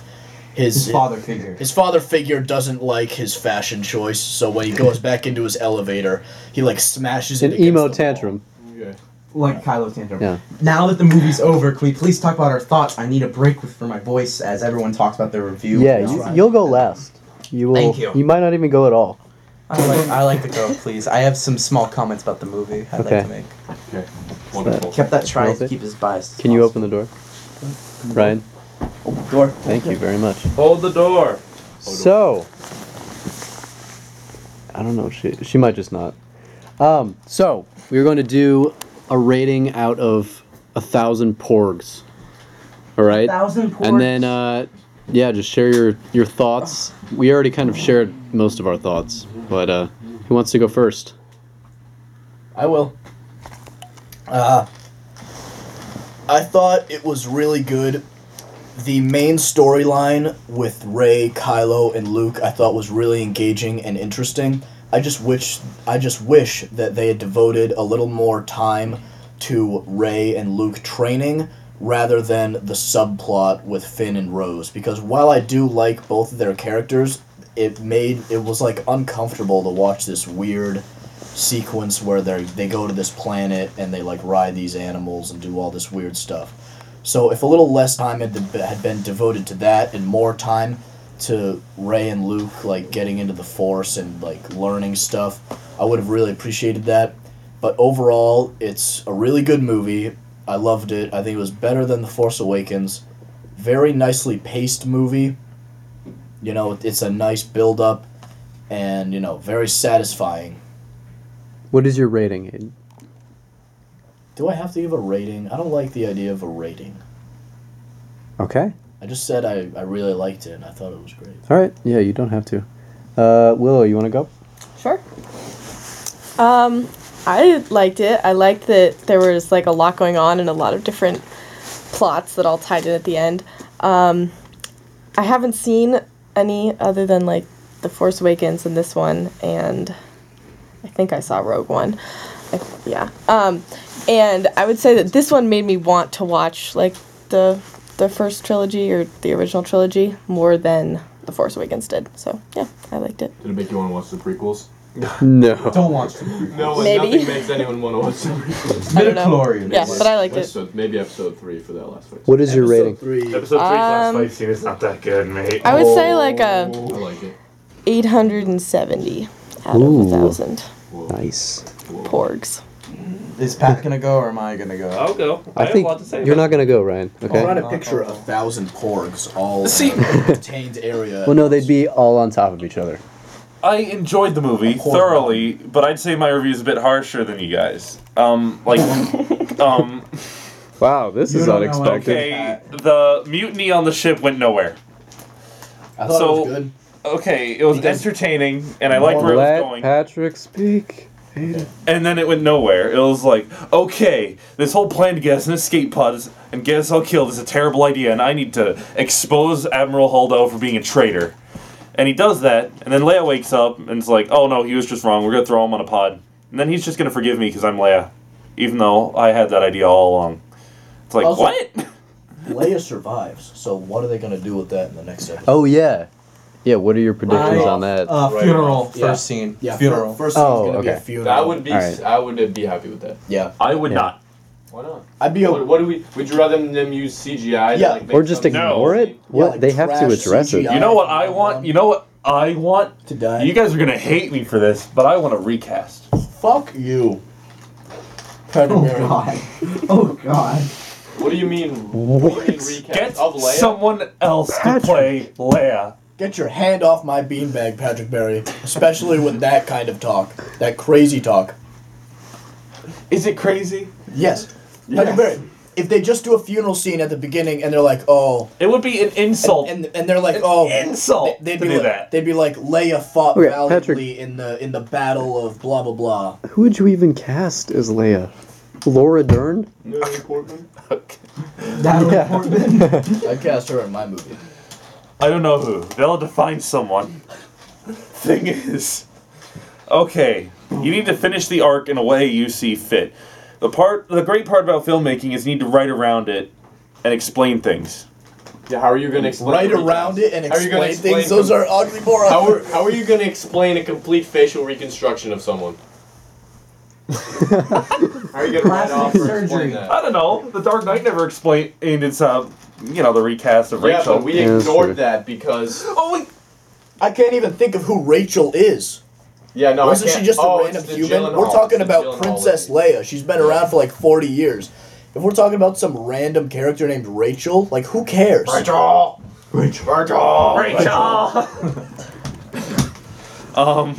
Speaker 4: his
Speaker 5: His father figure.
Speaker 4: his father figure doesn't like his fashion choice. So when he goes back into his elevator, he like smashes
Speaker 1: An
Speaker 4: it against the
Speaker 1: emo
Speaker 4: wall.
Speaker 1: tantrum.
Speaker 2: Okay.
Speaker 5: like Kylo Tantrum.
Speaker 1: Yeah.
Speaker 5: Now that the movie's over, can we please talk about our thoughts? I need a break with- for my voice as everyone talks about their review.
Speaker 1: Yeah,
Speaker 5: That's
Speaker 1: you,
Speaker 5: right.
Speaker 1: you'll go last. You will.
Speaker 5: Thank you.
Speaker 1: might not even go at all.
Speaker 5: I like, I like to go, please. I have some small comments about the movie I'd
Speaker 1: Okay.
Speaker 5: like to make.
Speaker 2: Okay. Wonderful.
Speaker 5: Kept that trying
Speaker 1: Worth
Speaker 5: to
Speaker 1: it?
Speaker 5: keep his bias.
Speaker 1: Can you open the door, Ryan?
Speaker 5: door?
Speaker 1: Thank you very much.
Speaker 3: Hold the door.
Speaker 1: So, I don't know. She she might just not. Um. So we're going to do a rating out of a thousand porgs. All right.
Speaker 5: Thousand ports.
Speaker 1: And then, uh, yeah, just share your your thoughts. We already kind of shared most of our thoughts, but uh, who wants to go first?
Speaker 4: I will. Uh, I thought it was really good. The main storyline with Ray, Kylo, and Luke, I thought was really engaging and interesting. I just wish I just wish that they had devoted a little more time to Ray and Luke training rather than the subplot with Finn and Rose because while I do like both of their characters, it made it was like uncomfortable to watch this weird sequence where they they go to this planet and they like ride these animals and do all this weird stuff. So if a little less time had, had been devoted to that and more time to Ray and Luke like getting into the Force and like learning stuff, I would have really appreciated that. But overall, it's a really good movie. I loved it. I think it was better than The Force Awakens. Very nicely paced movie. You know, it's a nice build up and, you know, very satisfying.
Speaker 1: What is your rating? Aiden?
Speaker 4: Do I have to give a rating? I don't like the idea of a rating.
Speaker 1: Okay.
Speaker 4: I just said I, I really liked it and I thought it was great.
Speaker 1: All right. Yeah, you don't have to. Uh, Willow, you want to go?
Speaker 6: Sure. Um, I liked it. I liked that there was like a lot going on and a lot of different plots that all tied in at the end. Um, I haven't seen any other than like The Force Awakens and this one, and I think I saw Rogue One. I, yeah. Um, and I would say that this one made me want to watch like the the first trilogy or the original trilogy more than The Force Awakens did. So yeah, I liked it.
Speaker 2: Did it make you want to watch the prequels?
Speaker 1: No.
Speaker 5: Don't watch the
Speaker 2: No,
Speaker 6: Maybe.
Speaker 2: nothing makes anyone want to watch the prequels.
Speaker 6: I don't know.
Speaker 5: midichlorians.
Speaker 6: Yeah, but I liked it.
Speaker 2: episode, maybe episode three for that last fight.
Speaker 1: What is your rating?
Speaker 8: Three.
Speaker 3: Episode 3's last
Speaker 6: Um,
Speaker 3: fight scene is not that good, mate.
Speaker 6: I would say like a
Speaker 2: I like it.
Speaker 6: 870 out of
Speaker 1: Ooh.
Speaker 6: a thousand
Speaker 1: Nice.
Speaker 6: porgs.
Speaker 5: Is Pat gonna go or am I gonna go?
Speaker 2: Oh.
Speaker 3: I'll go. I,
Speaker 1: I
Speaker 3: have
Speaker 1: think
Speaker 3: a lot to say.
Speaker 1: you're
Speaker 3: about
Speaker 1: not gonna go, Ryan. Okay.
Speaker 4: Trying to picture a thousand porgs all
Speaker 3: See-
Speaker 4: in a contained area.
Speaker 1: Well, no, they'd be all on top of each other.
Speaker 3: I enjoyed the movie thoroughly, but I'd say my review is a bit harsher than you guys. Um, like, um,
Speaker 1: Wow, this
Speaker 5: You
Speaker 1: is
Speaker 5: don't know what-
Speaker 1: unexpected.
Speaker 3: okay, the mutiny on the ship went nowhere.
Speaker 4: I thought
Speaker 3: so-
Speaker 4: it was good.
Speaker 3: Okay, it was
Speaker 4: Because-
Speaker 3: entertaining, and I liked where it was
Speaker 1: Let
Speaker 3: going.
Speaker 1: Patrick speak.
Speaker 3: and then it went nowhere. It was like, okay, this whole plan to get us an escape pod is, and get us all killed is a terrible idea, and I need to expose Admiral Holdo for being a traitor. And he does that, and then Leia wakes up and it's like, oh no, he was just wrong. We're gonna throw him on a pod, and then he's just gonna forgive me because I'm Leia, even though I had that idea all along. It's like,
Speaker 4: Also-
Speaker 3: what?
Speaker 4: Leia survives, so what are they gonna do with that in the next episode?
Speaker 1: Oh yeah, yeah. What are your predictions
Speaker 5: I-
Speaker 1: on that?
Speaker 5: Uh,
Speaker 4: Right.
Speaker 5: funeral
Speaker 4: Yeah.
Speaker 5: first scene.
Speaker 4: Yeah, fir-
Speaker 5: funeral.
Speaker 4: First thing
Speaker 1: Oh,
Speaker 4: gonna be a
Speaker 1: okay.
Speaker 4: funeral.
Speaker 2: I would be.
Speaker 1: Alright.
Speaker 2: I would be happy with that.
Speaker 4: Yeah,
Speaker 3: I would
Speaker 1: Yeah.
Speaker 3: not.
Speaker 2: Why not?
Speaker 4: I'd be.
Speaker 2: What,
Speaker 4: A,
Speaker 2: what do we? Would you rather them, them use CGI?
Speaker 4: Yeah.
Speaker 2: like, make
Speaker 1: or just
Speaker 2: something-
Speaker 1: ignore
Speaker 2: No.
Speaker 1: it? What
Speaker 4: like
Speaker 1: they have to
Speaker 4: trash
Speaker 1: address
Speaker 4: CGI.
Speaker 3: You know what I want? You know what I want?
Speaker 4: To die.
Speaker 3: You guys are gonna hate me for this, but I want a recast.
Speaker 4: fuck you. Predator.
Speaker 5: Oh god.
Speaker 2: What do you mean? What? do you mean recast
Speaker 3: Get
Speaker 2: of Leia?
Speaker 3: someone else to play Leia.
Speaker 4: Get your hand off my beanbag, Patrick Berry. Especially with that kind of talk, that crazy talk.
Speaker 3: Is it crazy?
Speaker 4: Yes. Patrick Berry. If they just do a funeral scene at the beginning and they're like, oh,
Speaker 3: It would be an insult.
Speaker 4: and and they're like, oh,
Speaker 3: insult
Speaker 4: They- They'd
Speaker 3: to
Speaker 4: be
Speaker 3: do
Speaker 4: like,
Speaker 3: that.
Speaker 4: They'd be like Leia fought
Speaker 1: Okay,
Speaker 4: valiantly in the in the battle of blah blah blah.
Speaker 1: Who would you even cast as Leia? Laura Dern?
Speaker 2: Natalie Portman?
Speaker 5: Natalie Portman.
Speaker 4: I cast her in my movie.
Speaker 3: I don't know who. They'll have to find someone. Thing is, okay, you need to finish the arc in a way you see fit. The part, the great part about filmmaking is you need to write around it and explain things.
Speaker 2: Yeah. How are you gonna explain?
Speaker 4: Right
Speaker 2: a recast?
Speaker 4: around it and
Speaker 2: How are you
Speaker 4: explain,
Speaker 2: gonna
Speaker 4: things.
Speaker 2: explain
Speaker 4: Those
Speaker 2: com-
Speaker 4: are ugly morons.
Speaker 2: How are, how are you gonna explain a complete facial reconstruction of someone? how are you gonna write
Speaker 5: Plastic
Speaker 2: off or explain
Speaker 5: surgery.
Speaker 2: that?
Speaker 3: I don't know. The Dark Knight never explained its, uh, you know, the recast of
Speaker 2: Yeah,
Speaker 3: Rachel.
Speaker 2: but we
Speaker 1: Yeah, that's true.
Speaker 2: ignored that because
Speaker 3: oh, wait.
Speaker 4: I can't even think of who Rachel is.
Speaker 2: yeah, no, I
Speaker 4: Wasn't she
Speaker 2: can't-
Speaker 4: just
Speaker 2: oh,
Speaker 4: a
Speaker 2: it's
Speaker 4: random
Speaker 2: the
Speaker 4: human?
Speaker 2: Gyllenhaal,
Speaker 4: We're talking
Speaker 2: it's the
Speaker 4: about
Speaker 2: Gyllenhaal
Speaker 4: Princess
Speaker 2: lady.
Speaker 4: Leia. She's been around for like 40 years. If we're talking about some random character named Rachel, like who cares?
Speaker 2: Rachel. Rachel. Rachel.
Speaker 3: Rachel. um.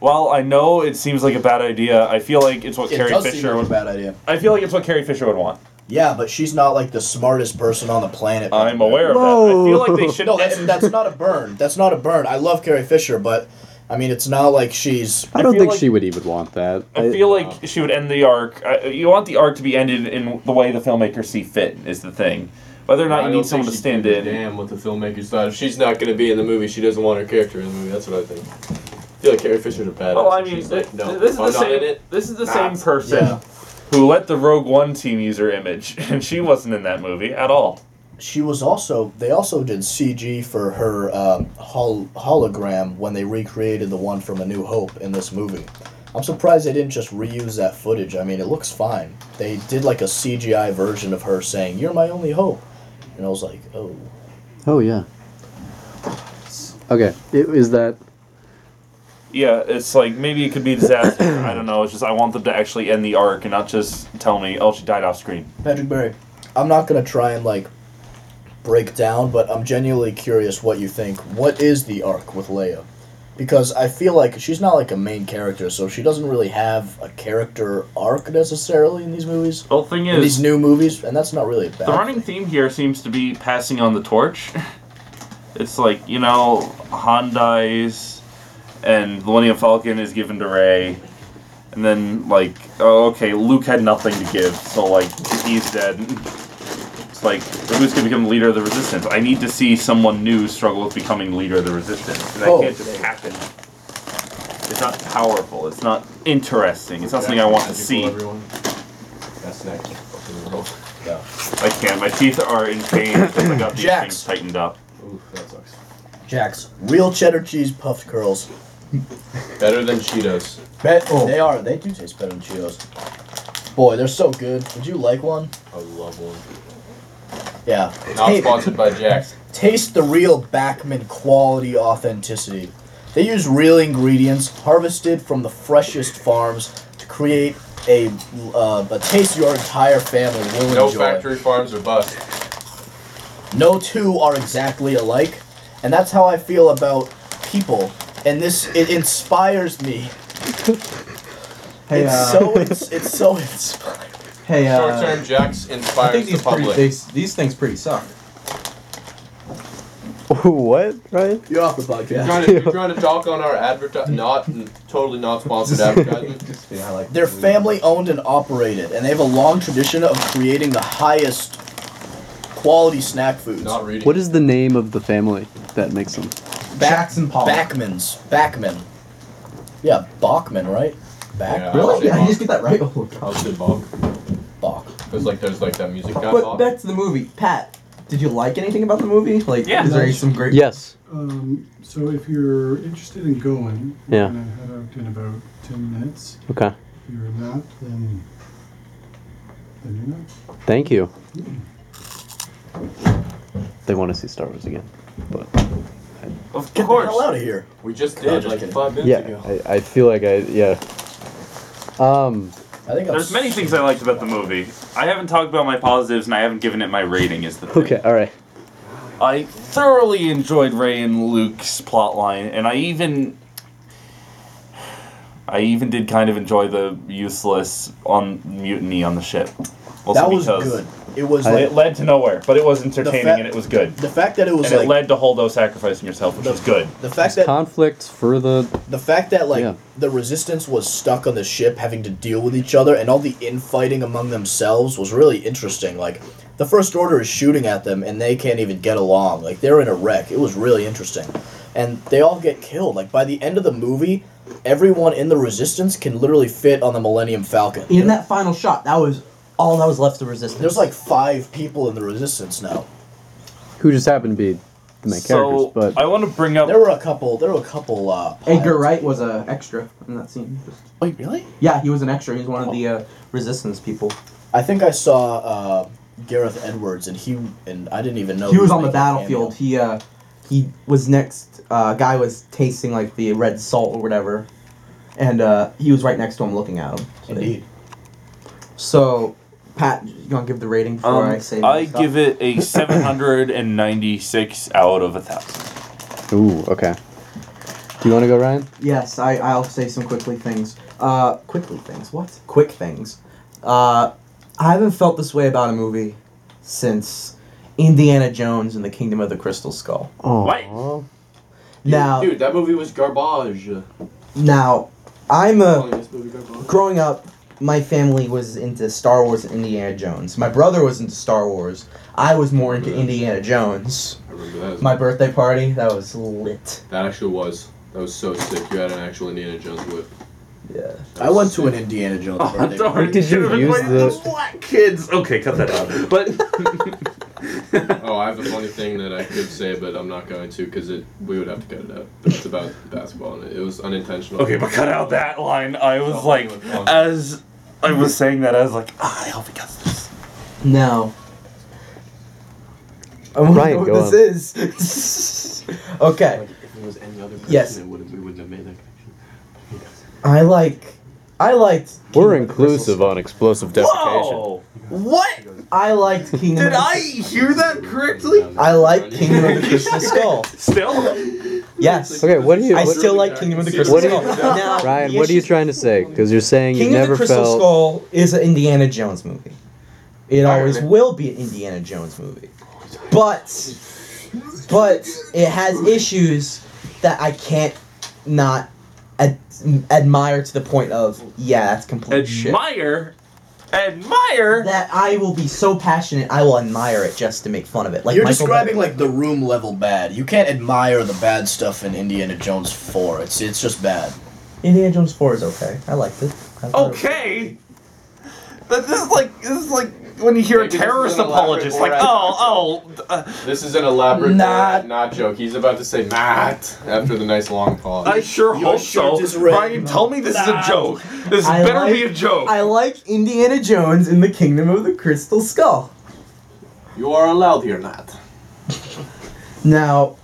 Speaker 3: While I know it seems like a bad idea, I feel like it's what
Speaker 4: It
Speaker 3: Carrie
Speaker 4: does
Speaker 3: Fisher
Speaker 4: seem like
Speaker 3: would.
Speaker 4: a bad idea.
Speaker 3: I feel like it's what Carrie Fisher would want.
Speaker 4: Yeah, but she's not like the smartest person on the planet.
Speaker 3: I'm aware of that. I feel like they should.
Speaker 4: No, that's that's not a burn. That's not a burn. I love Carrie Fisher, but I mean, it's not like she's.
Speaker 1: I don't
Speaker 3: feel
Speaker 1: think
Speaker 3: like-
Speaker 1: she would even want that.
Speaker 3: I feel like she would end the arc. Uh, you want the arc to be ended in the way the filmmakers see fit is the thing. Whether or
Speaker 2: I
Speaker 3: not you
Speaker 2: don't
Speaker 3: need someone to
Speaker 2: think she
Speaker 3: stand
Speaker 2: gives a
Speaker 3: in.
Speaker 2: Damn, what the filmmakers thought. If she's not going to be in the movie, she doesn't want her character in the movie. That's what I think. I feel like Carrie Fisher's a badass.
Speaker 3: Well, Oh, I
Speaker 2: and
Speaker 3: mean,
Speaker 2: she's like,
Speaker 3: th-
Speaker 2: no,
Speaker 3: th- this is
Speaker 2: if I'm
Speaker 3: the
Speaker 2: not in
Speaker 3: same.
Speaker 2: it.
Speaker 3: This is the
Speaker 2: nah.
Speaker 3: same person
Speaker 4: Yeah.
Speaker 3: who let the Rogue One team use her image, and she wasn't in that movie at all.
Speaker 4: She was also. They also did CG for her um, hol- hologram when they recreated the one from A New Hope in this movie. I'm surprised they didn't just reuse that footage. I mean, it looks fine. They did like a CGI version of her saying, "You're my only hope," and I was like, "Oh,
Speaker 1: Oh yeah. Okay, i- is that
Speaker 3: Yeah, it's like maybe it could be disaster. I don't know. It's just I want them to actually end the arc and not just tell me, oh, she died off screen.
Speaker 4: Patrick Berry." I'm not gonna try and like break down, but I'm genuinely curious what you think. What is the arc with Leia? Because I feel like she's not like a main character, so she doesn't really have a character arc necessarily in these movies.
Speaker 3: Well, thing
Speaker 4: In these
Speaker 3: is,
Speaker 4: new movies, and that's not really a bad.
Speaker 3: the running theme here seems to be passing on the torch. It's like you know, Han dies, and the Millennium Falcon is given to Rey, and then like, oh, okay, Luke had nothing to give, so like he's dead. Like, who's going to become leader of the resistance? I need to see someone new struggle with becoming leader of the resistance. And that
Speaker 4: Oh.
Speaker 3: can't just happen. It's not powerful. It's not interesting. It's not something I want to see.
Speaker 9: Everyone. That's next. Open the roll.
Speaker 4: Yeah.
Speaker 3: I can't. My teeth are in pain because I got these
Speaker 4: Jax.
Speaker 3: things tightened up.
Speaker 9: Ooh, that sucks.
Speaker 4: Jax, real cheddar cheese puffed curls. Oh.
Speaker 9: Better than Cheetos.
Speaker 4: Bet they are. They do taste better than Cheetos. Boy, they're so good. Would you like one?
Speaker 9: I love one.
Speaker 4: Yeah.
Speaker 9: Not
Speaker 4: Ta-
Speaker 9: sponsored by Jax.
Speaker 4: taste the real Backman quality authenticity. They use real ingredients harvested from the freshest farms to create a uh, a taste your entire family will
Speaker 9: No
Speaker 4: enjoy.
Speaker 9: factory farms or bust.
Speaker 4: No two are exactly alike, and that's how I feel about people. And this it inspires me.
Speaker 5: Hey,
Speaker 4: it's
Speaker 5: uh,
Speaker 4: so it's, it's so inspiring.
Speaker 5: hey,
Speaker 9: Short term
Speaker 5: uh,
Speaker 9: Jax
Speaker 5: I
Speaker 9: inspires
Speaker 5: think
Speaker 9: the
Speaker 5: these pretty,
Speaker 9: public.
Speaker 5: these, these things pretty suck.
Speaker 1: what, Ryan?
Speaker 4: You're off the
Speaker 9: You're
Speaker 4: podcast.
Speaker 9: trying, to, you're trying to talk on our advertisement, not totally not sponsored advertisement.
Speaker 5: Yeah, I like
Speaker 4: They're family owned and operated, and they have a long tradition of creating the highest quality snack foods.
Speaker 9: Not reading.
Speaker 1: What is the name of the family that makes them?
Speaker 5: Jackson Pollock.
Speaker 4: Backman's. Backman. Yeah, Bachman, right? Back
Speaker 9: Yeah.
Speaker 5: Really? Yeah, you just get that right. Oh,
Speaker 9: I'll
Speaker 5: God.
Speaker 9: say Bob.
Speaker 4: Bach.
Speaker 9: Because like there's like that music guy.
Speaker 5: But back to the movie. Pat, did you like anything about the movie? Like,
Speaker 3: Yeah.
Speaker 5: is there some great?
Speaker 1: Yes.
Speaker 10: Um, so if you're interested in going, we're
Speaker 1: Yeah.
Speaker 10: gonna head out in about ten minutes.
Speaker 1: Okay.
Speaker 10: If you're not, then then you're not.
Speaker 1: Thank you. They want to see Star Wars again, but
Speaker 3: Of
Speaker 4: Get the hell
Speaker 3: course.
Speaker 4: out of here.
Speaker 9: We just
Speaker 4: No,
Speaker 9: did
Speaker 4: just
Speaker 9: like
Speaker 4: kidding.
Speaker 9: five minutes
Speaker 1: yeah,
Speaker 9: ago.
Speaker 1: I, I feel like I yeah. Um,
Speaker 4: I think I'm
Speaker 3: There's many things I liked about the movie. I haven't talked about my positives and I haven't given it my rating is the thing.
Speaker 1: okay, all right.
Speaker 3: I thoroughly enjoyed Ray and Luke's plotline, and I even I even did kind of enjoy the useless on mutiny on the ship. Also
Speaker 4: That was
Speaker 3: because
Speaker 4: good. It was
Speaker 3: It
Speaker 4: like
Speaker 3: led to nowhere, but it was entertaining
Speaker 4: fa-
Speaker 3: and it was good.
Speaker 4: the fact that it was
Speaker 3: and it
Speaker 4: like
Speaker 3: led to Holdo sacrificing yourself, which
Speaker 4: The-
Speaker 3: was good.
Speaker 4: the fact that
Speaker 1: Conflict for the
Speaker 4: the fact that like
Speaker 1: Yeah.
Speaker 4: the resistance was stuck on the ship having to deal with each other and all the infighting among themselves was really interesting. Like the first order is shooting at them and they can't even get along. Like they're in a wreck. It was really interesting. And they all get killed. Like by the end of the movie, everyone in the resistance can literally fit on the Millennium Falcon.
Speaker 5: In that final shot, that was all that was left of Resistance.
Speaker 4: There's like five people in the resistance now.
Speaker 1: who just happened to be the main
Speaker 3: So
Speaker 1: characters,
Speaker 3: I
Speaker 1: but
Speaker 3: want to bring up.
Speaker 4: There were a couple. There were a couple. Uh,
Speaker 5: Edgar
Speaker 4: pilots.
Speaker 5: Wright was a extra in that scene. Just,
Speaker 4: Wait, really?
Speaker 5: yeah, he was an extra. He was one of the uh, Resistance people.
Speaker 4: I think I saw uh, Gareth Edwards, and he and I didn't even know
Speaker 5: he was on the
Speaker 4: making a cameo.
Speaker 5: battlefield. He uh, he was next. Uh, guy was tasting like the red salt or whatever, and uh, he was right next to him, looking at him. So they-
Speaker 4: Indeed.
Speaker 5: So, Pat, you gonna give the rating before
Speaker 3: um,
Speaker 5: I say?
Speaker 3: I give it a 796 out of a thousand.
Speaker 1: ooh, okay. Do you want to go, Ryan?
Speaker 5: Yes, I I'll say some quickly things. Uh, quickly things. What? Quick things. Uh, I haven't felt this way about a movie since Indiana Jones and the Kingdom of the Crystal Skull.
Speaker 1: Oh,
Speaker 3: What?
Speaker 5: Now,
Speaker 9: Dude, that movie was garbage.
Speaker 1: Uh,
Speaker 5: now, I'm a.
Speaker 9: Calling this movie garbage.
Speaker 5: growing up, my family was into Star Wars and Indiana Jones. My brother was into Star Wars. I was more into Indiana Jones.
Speaker 9: I remember that.
Speaker 5: My birthday party, that was lit.
Speaker 9: that actually was. That was so sick. You had an actual Indiana Jones whip.
Speaker 5: Yeah.
Speaker 4: I went to an Indiana Jones
Speaker 3: Oh,
Speaker 4: birthday. party.
Speaker 3: darn,
Speaker 1: Did you
Speaker 3: should've
Speaker 1: use
Speaker 3: invited
Speaker 1: the-
Speaker 3: black kids? Okay, cut that out. But
Speaker 9: Oh, I have a funny thing that I could say, but I'm not going to because it we would have to cut it out. But it's about basketball, and it, it was unintentional.
Speaker 3: okay, but cut out that line. I was
Speaker 9: Oh,
Speaker 3: like,
Speaker 9: it was long.
Speaker 3: as I was saying that, I was like, ah, I hope he cuts this.
Speaker 5: Now, I want
Speaker 1: Ryan,
Speaker 5: to know
Speaker 1: go
Speaker 5: what
Speaker 1: on.
Speaker 5: this is. okay.
Speaker 9: If it was any other person,
Speaker 5: Yes.
Speaker 9: it wouldn't, we wouldn't have made that connection.
Speaker 5: I like. I liked.
Speaker 1: We're
Speaker 5: Kingdom of the Crystal
Speaker 1: inclusive on explosive defecation.
Speaker 3: Whoa!
Speaker 5: What? I liked Kingdom.
Speaker 3: Did
Speaker 5: of the-
Speaker 3: I hear that correctly?
Speaker 5: I liked Kingdom of the Crystal Skull.
Speaker 3: Still?
Speaker 5: Yes.
Speaker 1: Okay, what do you?
Speaker 5: I
Speaker 1: what-
Speaker 5: still like Kingdom of the Crystal
Speaker 1: What do
Speaker 5: Skull.
Speaker 1: you-
Speaker 5: Now,
Speaker 1: Ryan,
Speaker 5: the
Speaker 1: what are you
Speaker 5: issue-
Speaker 1: trying to say? Because you're saying you
Speaker 5: King of the
Speaker 1: never
Speaker 5: Crystal
Speaker 1: felt.
Speaker 5: Skull is an Indiana Jones movie. It
Speaker 3: I
Speaker 5: always
Speaker 3: remember.
Speaker 5: will be an Indiana Jones movie. But but it has issues that I can't not ad- admire to the point of yeah, that's complete shit.
Speaker 3: Admire? admire.
Speaker 5: That I will be so passionate, I will admire it just to make fun of it. Like
Speaker 4: You're
Speaker 5: Michael
Speaker 4: describing
Speaker 5: Bay.
Speaker 4: like the room level bad. You can't admire the bad stuff in Indiana Jones Four. It's it's just bad.
Speaker 5: Indiana Jones Four is okay. I liked it. I thought it was-
Speaker 3: Okay. That- This is like this is like when you hear a
Speaker 2: Maybe this is
Speaker 3: terrorist
Speaker 2: an elaborate
Speaker 3: apologist, like,
Speaker 2: Borat
Speaker 3: oh, oh, uh,
Speaker 2: This is an elaborate
Speaker 5: Not-
Speaker 2: not, not joke. He's about to say not after the nice long pause.
Speaker 3: I sure
Speaker 4: Your
Speaker 3: hope so.
Speaker 4: shirt is red.
Speaker 3: Brian, tell me this is a joke. This
Speaker 5: I
Speaker 3: better
Speaker 5: like-
Speaker 3: be a joke.
Speaker 5: I like Indiana Jones in the Kingdom of the Crystal Skull.
Speaker 2: you are allowed here, not.
Speaker 5: Now,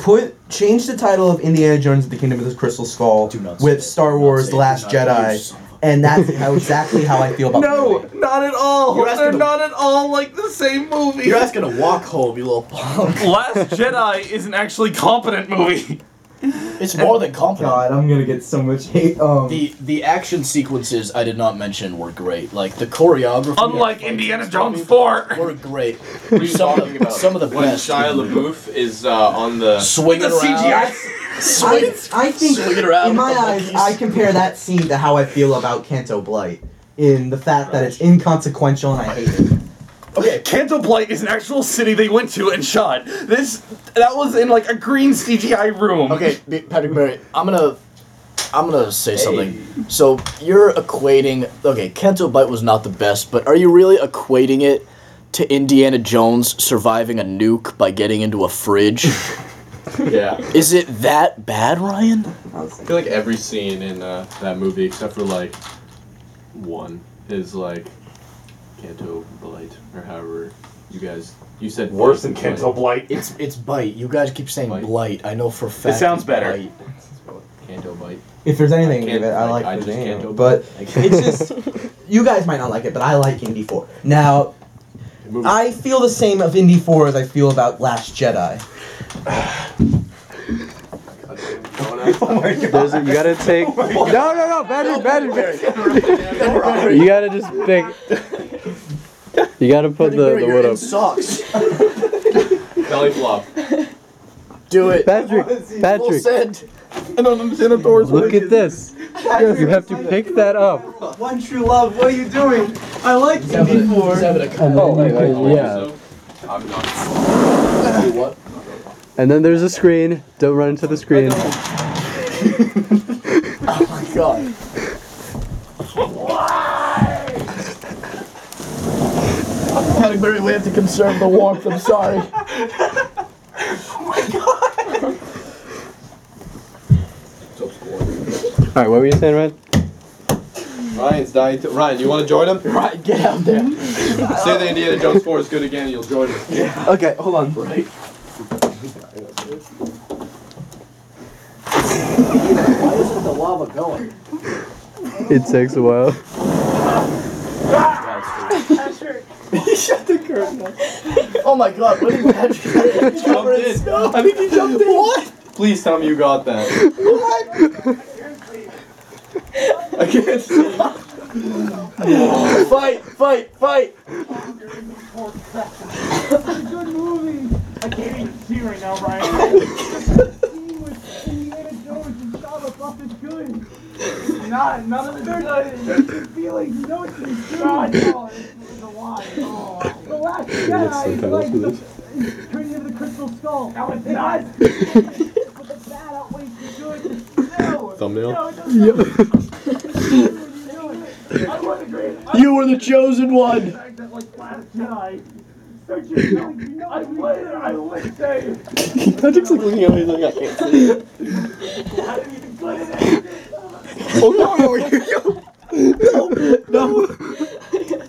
Speaker 5: put change the title of Indiana Jones and the Kingdom of the Crystal Skull
Speaker 4: Do not say
Speaker 5: with
Speaker 4: it.
Speaker 5: Star
Speaker 4: Do not
Speaker 5: Wars:
Speaker 4: say
Speaker 5: The
Speaker 4: it.
Speaker 5: Last
Speaker 4: Do not- you
Speaker 5: Jedi,
Speaker 4: son of a-
Speaker 5: and that's how exactly how I feel about the
Speaker 3: no,
Speaker 5: movie.
Speaker 3: not at all.
Speaker 4: You're asking
Speaker 3: They're
Speaker 4: to-
Speaker 3: not at all like the same movie.
Speaker 4: You're asking to walk home, you little punk.
Speaker 3: Last Jedi is an actually competent movie.
Speaker 4: It's more than competent.
Speaker 5: God, I'm gonna get so much hate. Um,
Speaker 4: The the action sequences I did not mention were great. Like the choreography.
Speaker 3: Unlike
Speaker 4: and
Speaker 3: Indiana
Speaker 4: fights
Speaker 3: Jones 4.
Speaker 4: Were great.
Speaker 2: What are you
Speaker 4: Some of
Speaker 2: talking
Speaker 4: the-
Speaker 2: about?
Speaker 4: some of the
Speaker 2: when
Speaker 4: best
Speaker 2: Shia
Speaker 4: in the
Speaker 2: LaBeouf is uh, on the.
Speaker 4: Swinging
Speaker 3: The
Speaker 4: around.
Speaker 3: CGI.
Speaker 4: Swing,
Speaker 5: I, I think
Speaker 4: swing it around
Speaker 5: in my
Speaker 4: with the
Speaker 5: eyes,
Speaker 4: monkeys.
Speaker 5: I compare that scene to how I feel about Canto Blight in the fact that it's inconsequential and I hate it.
Speaker 4: Okay,
Speaker 3: Canto Blight is an actual city they went to and shot. This that was in like a green CGI room.
Speaker 4: Okay, B- Patrick Murray, I'm gonna, I'm gonna say something. So you're equating. Okay, Kento Bite was not the best, but are you really equating it to Indiana Jones surviving a nuke by getting into a fridge?
Speaker 2: Yeah.
Speaker 4: Is it that bad, Ryan?
Speaker 2: I feel like every scene in uh, that movie, except for like one, is like Canto Blight or however you guys you said
Speaker 3: Worse than
Speaker 2: Blight.
Speaker 3: Canto Blight.
Speaker 4: It's it's bite. You guys keep saying
Speaker 2: Bite.
Speaker 4: blight. I know for a fact.
Speaker 3: sounds
Speaker 4: it's
Speaker 3: better.
Speaker 4: bite.
Speaker 2: Canto Blight.
Speaker 5: If there's anything,
Speaker 2: can't-
Speaker 5: I, I
Speaker 2: like,
Speaker 5: like
Speaker 2: I
Speaker 5: the
Speaker 2: just
Speaker 5: name,
Speaker 2: can't-
Speaker 5: but it's just you guys might not like it, but I like Indy Four. Now,
Speaker 2: Movie.
Speaker 5: I feel the same of Indy Four as I feel about Last Jedi.
Speaker 1: There's a, you gotta take. no, no, no, Patrick, Patrick, Patrick. you gotta just pick. You gotta put the, the
Speaker 4: You're
Speaker 1: wood
Speaker 4: in
Speaker 1: up.
Speaker 4: socks.
Speaker 2: Belly flop.
Speaker 4: Do it.
Speaker 1: Patrick,
Speaker 4: Full
Speaker 1: Patrick,
Speaker 4: send.
Speaker 3: I don't understand the doors.
Speaker 1: look at this. You have to pick that up.
Speaker 5: One True Love, what are you doing? I like Indy
Speaker 4: He's
Speaker 5: Four.
Speaker 4: having a
Speaker 1: And then you
Speaker 2: Oh,
Speaker 1: can, yeah.
Speaker 2: also, I'm not.
Speaker 4: what?
Speaker 1: And then there's a screen. Don't run into the screen.
Speaker 4: Oh my god. Patrick Murray, we have to conserve the warmth. I'm sorry.
Speaker 1: All right, what were you saying, Ryan?
Speaker 2: Ryan's dying to. Ryan, you want to join him?
Speaker 4: Right, get out there.
Speaker 2: Say the Indiana Jones 4 is good again, you'll join him.
Speaker 5: Okay, hold on.
Speaker 4: Right. Why isn't the lava going?
Speaker 1: It takes a while.
Speaker 4: Oh my god, what did Patrick Murray do?
Speaker 2: Jumped in.
Speaker 4: I think he jumped in. What?
Speaker 2: Please tell me you got that. I can't.
Speaker 4: Fight, fight, fight.
Speaker 2: Thumbnail?
Speaker 4: You were the chosen one.
Speaker 2: Patrick's like looking at me like I can't see.
Speaker 4: Oh no, no, no, no.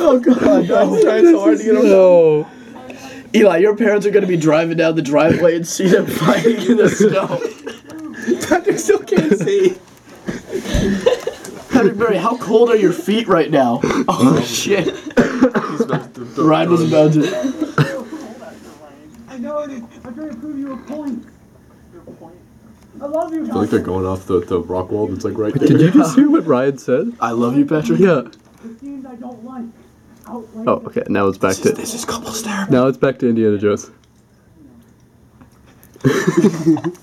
Speaker 4: Oh god, no. I'm trying so hard to get over
Speaker 1: No.
Speaker 4: Eli, your parents are gonna be driving down the driveway and see them fighting in the snow. Patrick still can't see. Patrick Murray, how cold are your feet right now? Oh shit. Ryan was about to.
Speaker 2: I feel like they're going off the, the rock wall that's like right
Speaker 1: Did you just hear what Ryan said?
Speaker 4: I love you, Patrick.
Speaker 1: Yeah. Oh, okay. Now it's back to
Speaker 4: This is couples therapy.
Speaker 1: now it's back to Indiana Jones.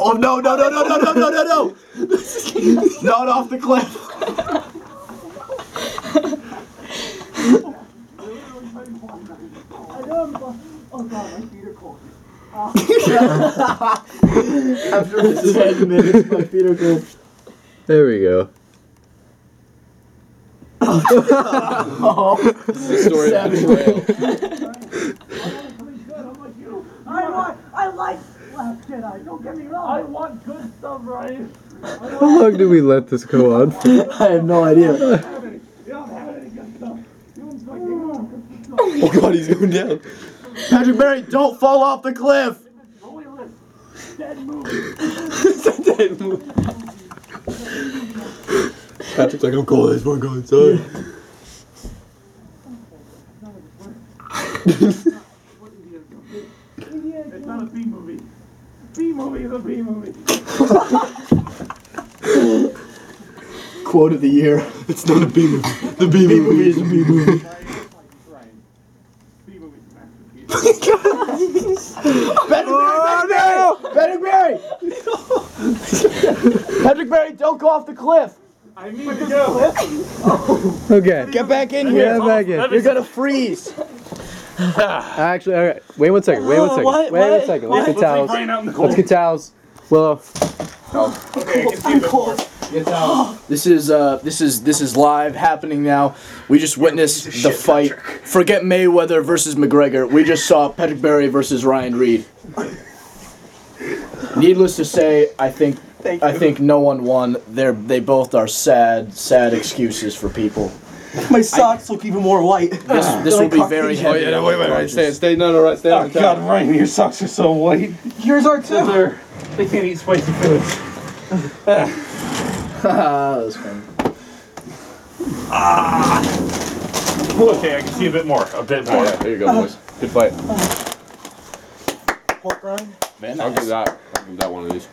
Speaker 4: Oh, Oh no no no no no no no no no! Not off the cliff.
Speaker 11: oh,
Speaker 8: After ten minutes, my feet are cold.
Speaker 1: There we go.
Speaker 8: Oh,
Speaker 9: The story of the trail.
Speaker 11: I want, I like Last Jedi. Don't get me wrong. I want good stuff, Ryan.
Speaker 1: How long do we let this go on for?
Speaker 8: I have no idea.
Speaker 11: You don't have any good stuff. You and fucking
Speaker 2: Oh god, he's going down.
Speaker 4: Patrick Berry, don't fall off the cliff.
Speaker 11: Holy list. Dead movie.
Speaker 2: Patrick's like, I'm cold, I just wanna go inside.
Speaker 11: It's not a B movie. B movie is a B movie.
Speaker 8: Quote of the year.
Speaker 2: It's not a B movie. The B, movie is a B movie.
Speaker 11: Ryan. B movie's a masterpiece.
Speaker 4: Patrick Berry. Patrick Berry, don't go off the cliff.
Speaker 11: I mean to go.
Speaker 1: Okay.
Speaker 4: Get back in here.
Speaker 1: Yeah, back in.
Speaker 4: You're gonna freeze.
Speaker 1: Actually, all right. Wait one second. Wait one second.
Speaker 5: What?
Speaker 1: Wait one
Speaker 5: What?
Speaker 1: second.
Speaker 5: What?
Speaker 1: Let's get towels.
Speaker 3: Right out in the cold.
Speaker 1: Let's get towels. Willow.
Speaker 4: This is uh, this is this is live happening now. We just witnessed the fight. Forget Mayweather versus McGregor. We just saw Patrick Berry versus Ryan Reed. Needless to say, I think I think no one won. They're they both are sad, sad excuses for people.
Speaker 5: My socks look even more white.
Speaker 4: This this will be very
Speaker 2: Oh
Speaker 4: heavy.
Speaker 2: yeah, no, wait, wait, wait. Stay, stay, no, no, right, stay
Speaker 3: Oh
Speaker 2: on the
Speaker 3: god,
Speaker 2: towel.
Speaker 3: Ryan, your socks are so white.
Speaker 5: Yours are too.
Speaker 3: They're, they can't eat spicy foods.
Speaker 4: that was fun.
Speaker 3: Ah! Okay, I can see a bit more. A bit
Speaker 2: Oh,
Speaker 3: more.
Speaker 2: yeah, there you go, boys. Good fight.
Speaker 5: Pork rind.
Speaker 3: Man,
Speaker 2: I'll give that. I'll give that one of these.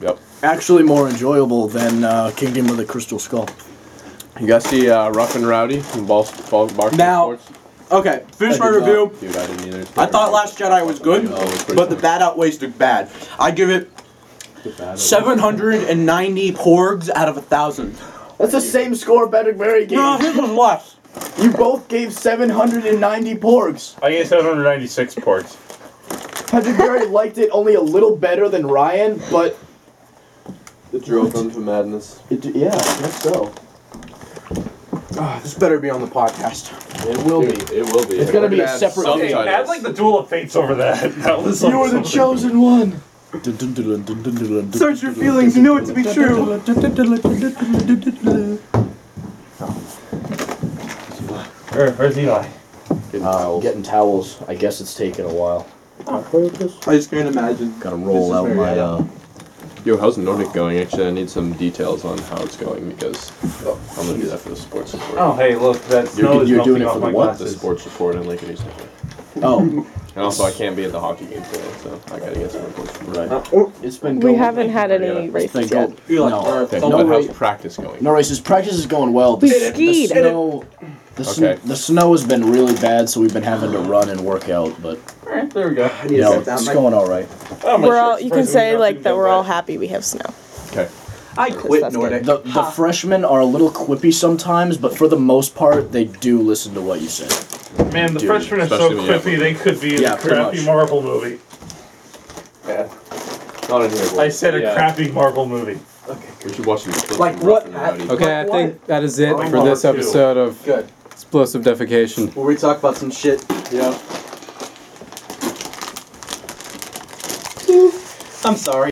Speaker 2: Yep.
Speaker 4: Actually, more enjoyable than uh, Kingdom of the Crystal Skull.
Speaker 2: You guys see uh, Rough and Rowdy from Ball, Ball, Ball
Speaker 5: Now-
Speaker 2: Sports?
Speaker 5: Okay, finish my
Speaker 2: Check this
Speaker 5: review.
Speaker 2: out. Dude, I didn't either.
Speaker 5: I thought Last Jedi was good,
Speaker 2: Oh, it's pretty
Speaker 5: but the
Speaker 2: fun.
Speaker 5: bad outweighs the bad. I give it
Speaker 2: Good battle.
Speaker 5: 790 porgs out of a thousand.
Speaker 4: That's the same score Patrick Berry gave.
Speaker 5: No, his was less.
Speaker 4: You both gave 790 porgs.
Speaker 3: I gave 796 ports.
Speaker 4: Patrick Berry liked it only a little better than Ryan, but
Speaker 2: It drove them to madness.
Speaker 4: it, yeah, I guess so.
Speaker 5: this better be on the podcast.
Speaker 4: It will
Speaker 2: Dude,
Speaker 4: be.
Speaker 2: it will be.
Speaker 4: It's gonna be a
Speaker 2: We're add
Speaker 4: separate
Speaker 2: some
Speaker 4: thing.
Speaker 3: Hey,
Speaker 2: titles.
Speaker 3: add like the Duel of Fates over that. That was
Speaker 4: You are the chosen one.
Speaker 5: Search your feelings, you know it to be true. Where, where's Eli?
Speaker 2: Getting
Speaker 4: Uh,
Speaker 2: towels.
Speaker 4: getting towels. I guess it's taking a while.
Speaker 5: I just can't imagine.
Speaker 4: Gotta roll
Speaker 2: This is
Speaker 4: out
Speaker 2: very
Speaker 4: my. Uh,
Speaker 2: Yo, how's Nordic going? Actually, I need some details on how it's going because I'm gonna do that for the sports report.
Speaker 3: Oh, hey, look, that snow
Speaker 4: You're-
Speaker 3: is
Speaker 4: you're
Speaker 3: melting
Speaker 4: doing it
Speaker 3: off
Speaker 4: for the
Speaker 3: my
Speaker 4: what?
Speaker 2: The
Speaker 3: glasses.
Speaker 2: sports report in Lincoln East. Newspaper.
Speaker 4: oh,
Speaker 2: And also, I can't be at the hockey game today, so I gotta get some reports.
Speaker 3: Uh,
Speaker 4: right. It's been.
Speaker 6: We
Speaker 4: Going,
Speaker 6: haven't had any
Speaker 2: Thank
Speaker 6: races
Speaker 4: Thank
Speaker 6: yet.
Speaker 4: God.
Speaker 5: Eli,
Speaker 4: No,
Speaker 2: Okay,
Speaker 4: no,
Speaker 2: no, but
Speaker 4: race,
Speaker 2: how's practice going?
Speaker 4: no races. Practice is going well.
Speaker 6: We
Speaker 4: The s-
Speaker 6: skied.
Speaker 4: The snow, the, sn-
Speaker 2: Okay.
Speaker 4: the snow has been really bad, so we've been having to run and work out, but
Speaker 3: Alright, there we go.
Speaker 4: you know, it's going all right.
Speaker 3: Oh, my
Speaker 6: We're all.
Speaker 3: shirt's
Speaker 6: You can
Speaker 3: frozen.
Speaker 6: say
Speaker 3: Nothing
Speaker 6: like that.
Speaker 3: to
Speaker 6: We're all
Speaker 3: wear.
Speaker 6: happy we have snow.
Speaker 2: Okay.
Speaker 5: I quit
Speaker 6: that's
Speaker 5: Nordic.
Speaker 6: good.
Speaker 4: The, the freshmen are a little quippy sometimes, but for the most part, they do listen to what you say.
Speaker 3: Man, the
Speaker 2: Dude,
Speaker 3: freshmen are so
Speaker 2: especially when you have
Speaker 3: quippy,
Speaker 2: one.
Speaker 3: they could be in
Speaker 4: Yeah,
Speaker 3: a
Speaker 4: pretty
Speaker 3: crappy
Speaker 4: much.
Speaker 3: Marvel movie.
Speaker 2: Not in here, boys.
Speaker 3: I said a
Speaker 2: Yeah.
Speaker 3: crappy Marvel movie.
Speaker 2: We should watch some clips
Speaker 5: Like
Speaker 2: from Rough
Speaker 5: what?
Speaker 2: and Rowdy.
Speaker 1: Okay, I
Speaker 5: What?
Speaker 1: think that is it
Speaker 3: Oh,
Speaker 1: for this
Speaker 3: two.
Speaker 1: episode of
Speaker 5: Good.
Speaker 1: Explosive Defecation.
Speaker 5: Where we talk about some shit.
Speaker 2: Yeah.
Speaker 5: I'm sorry.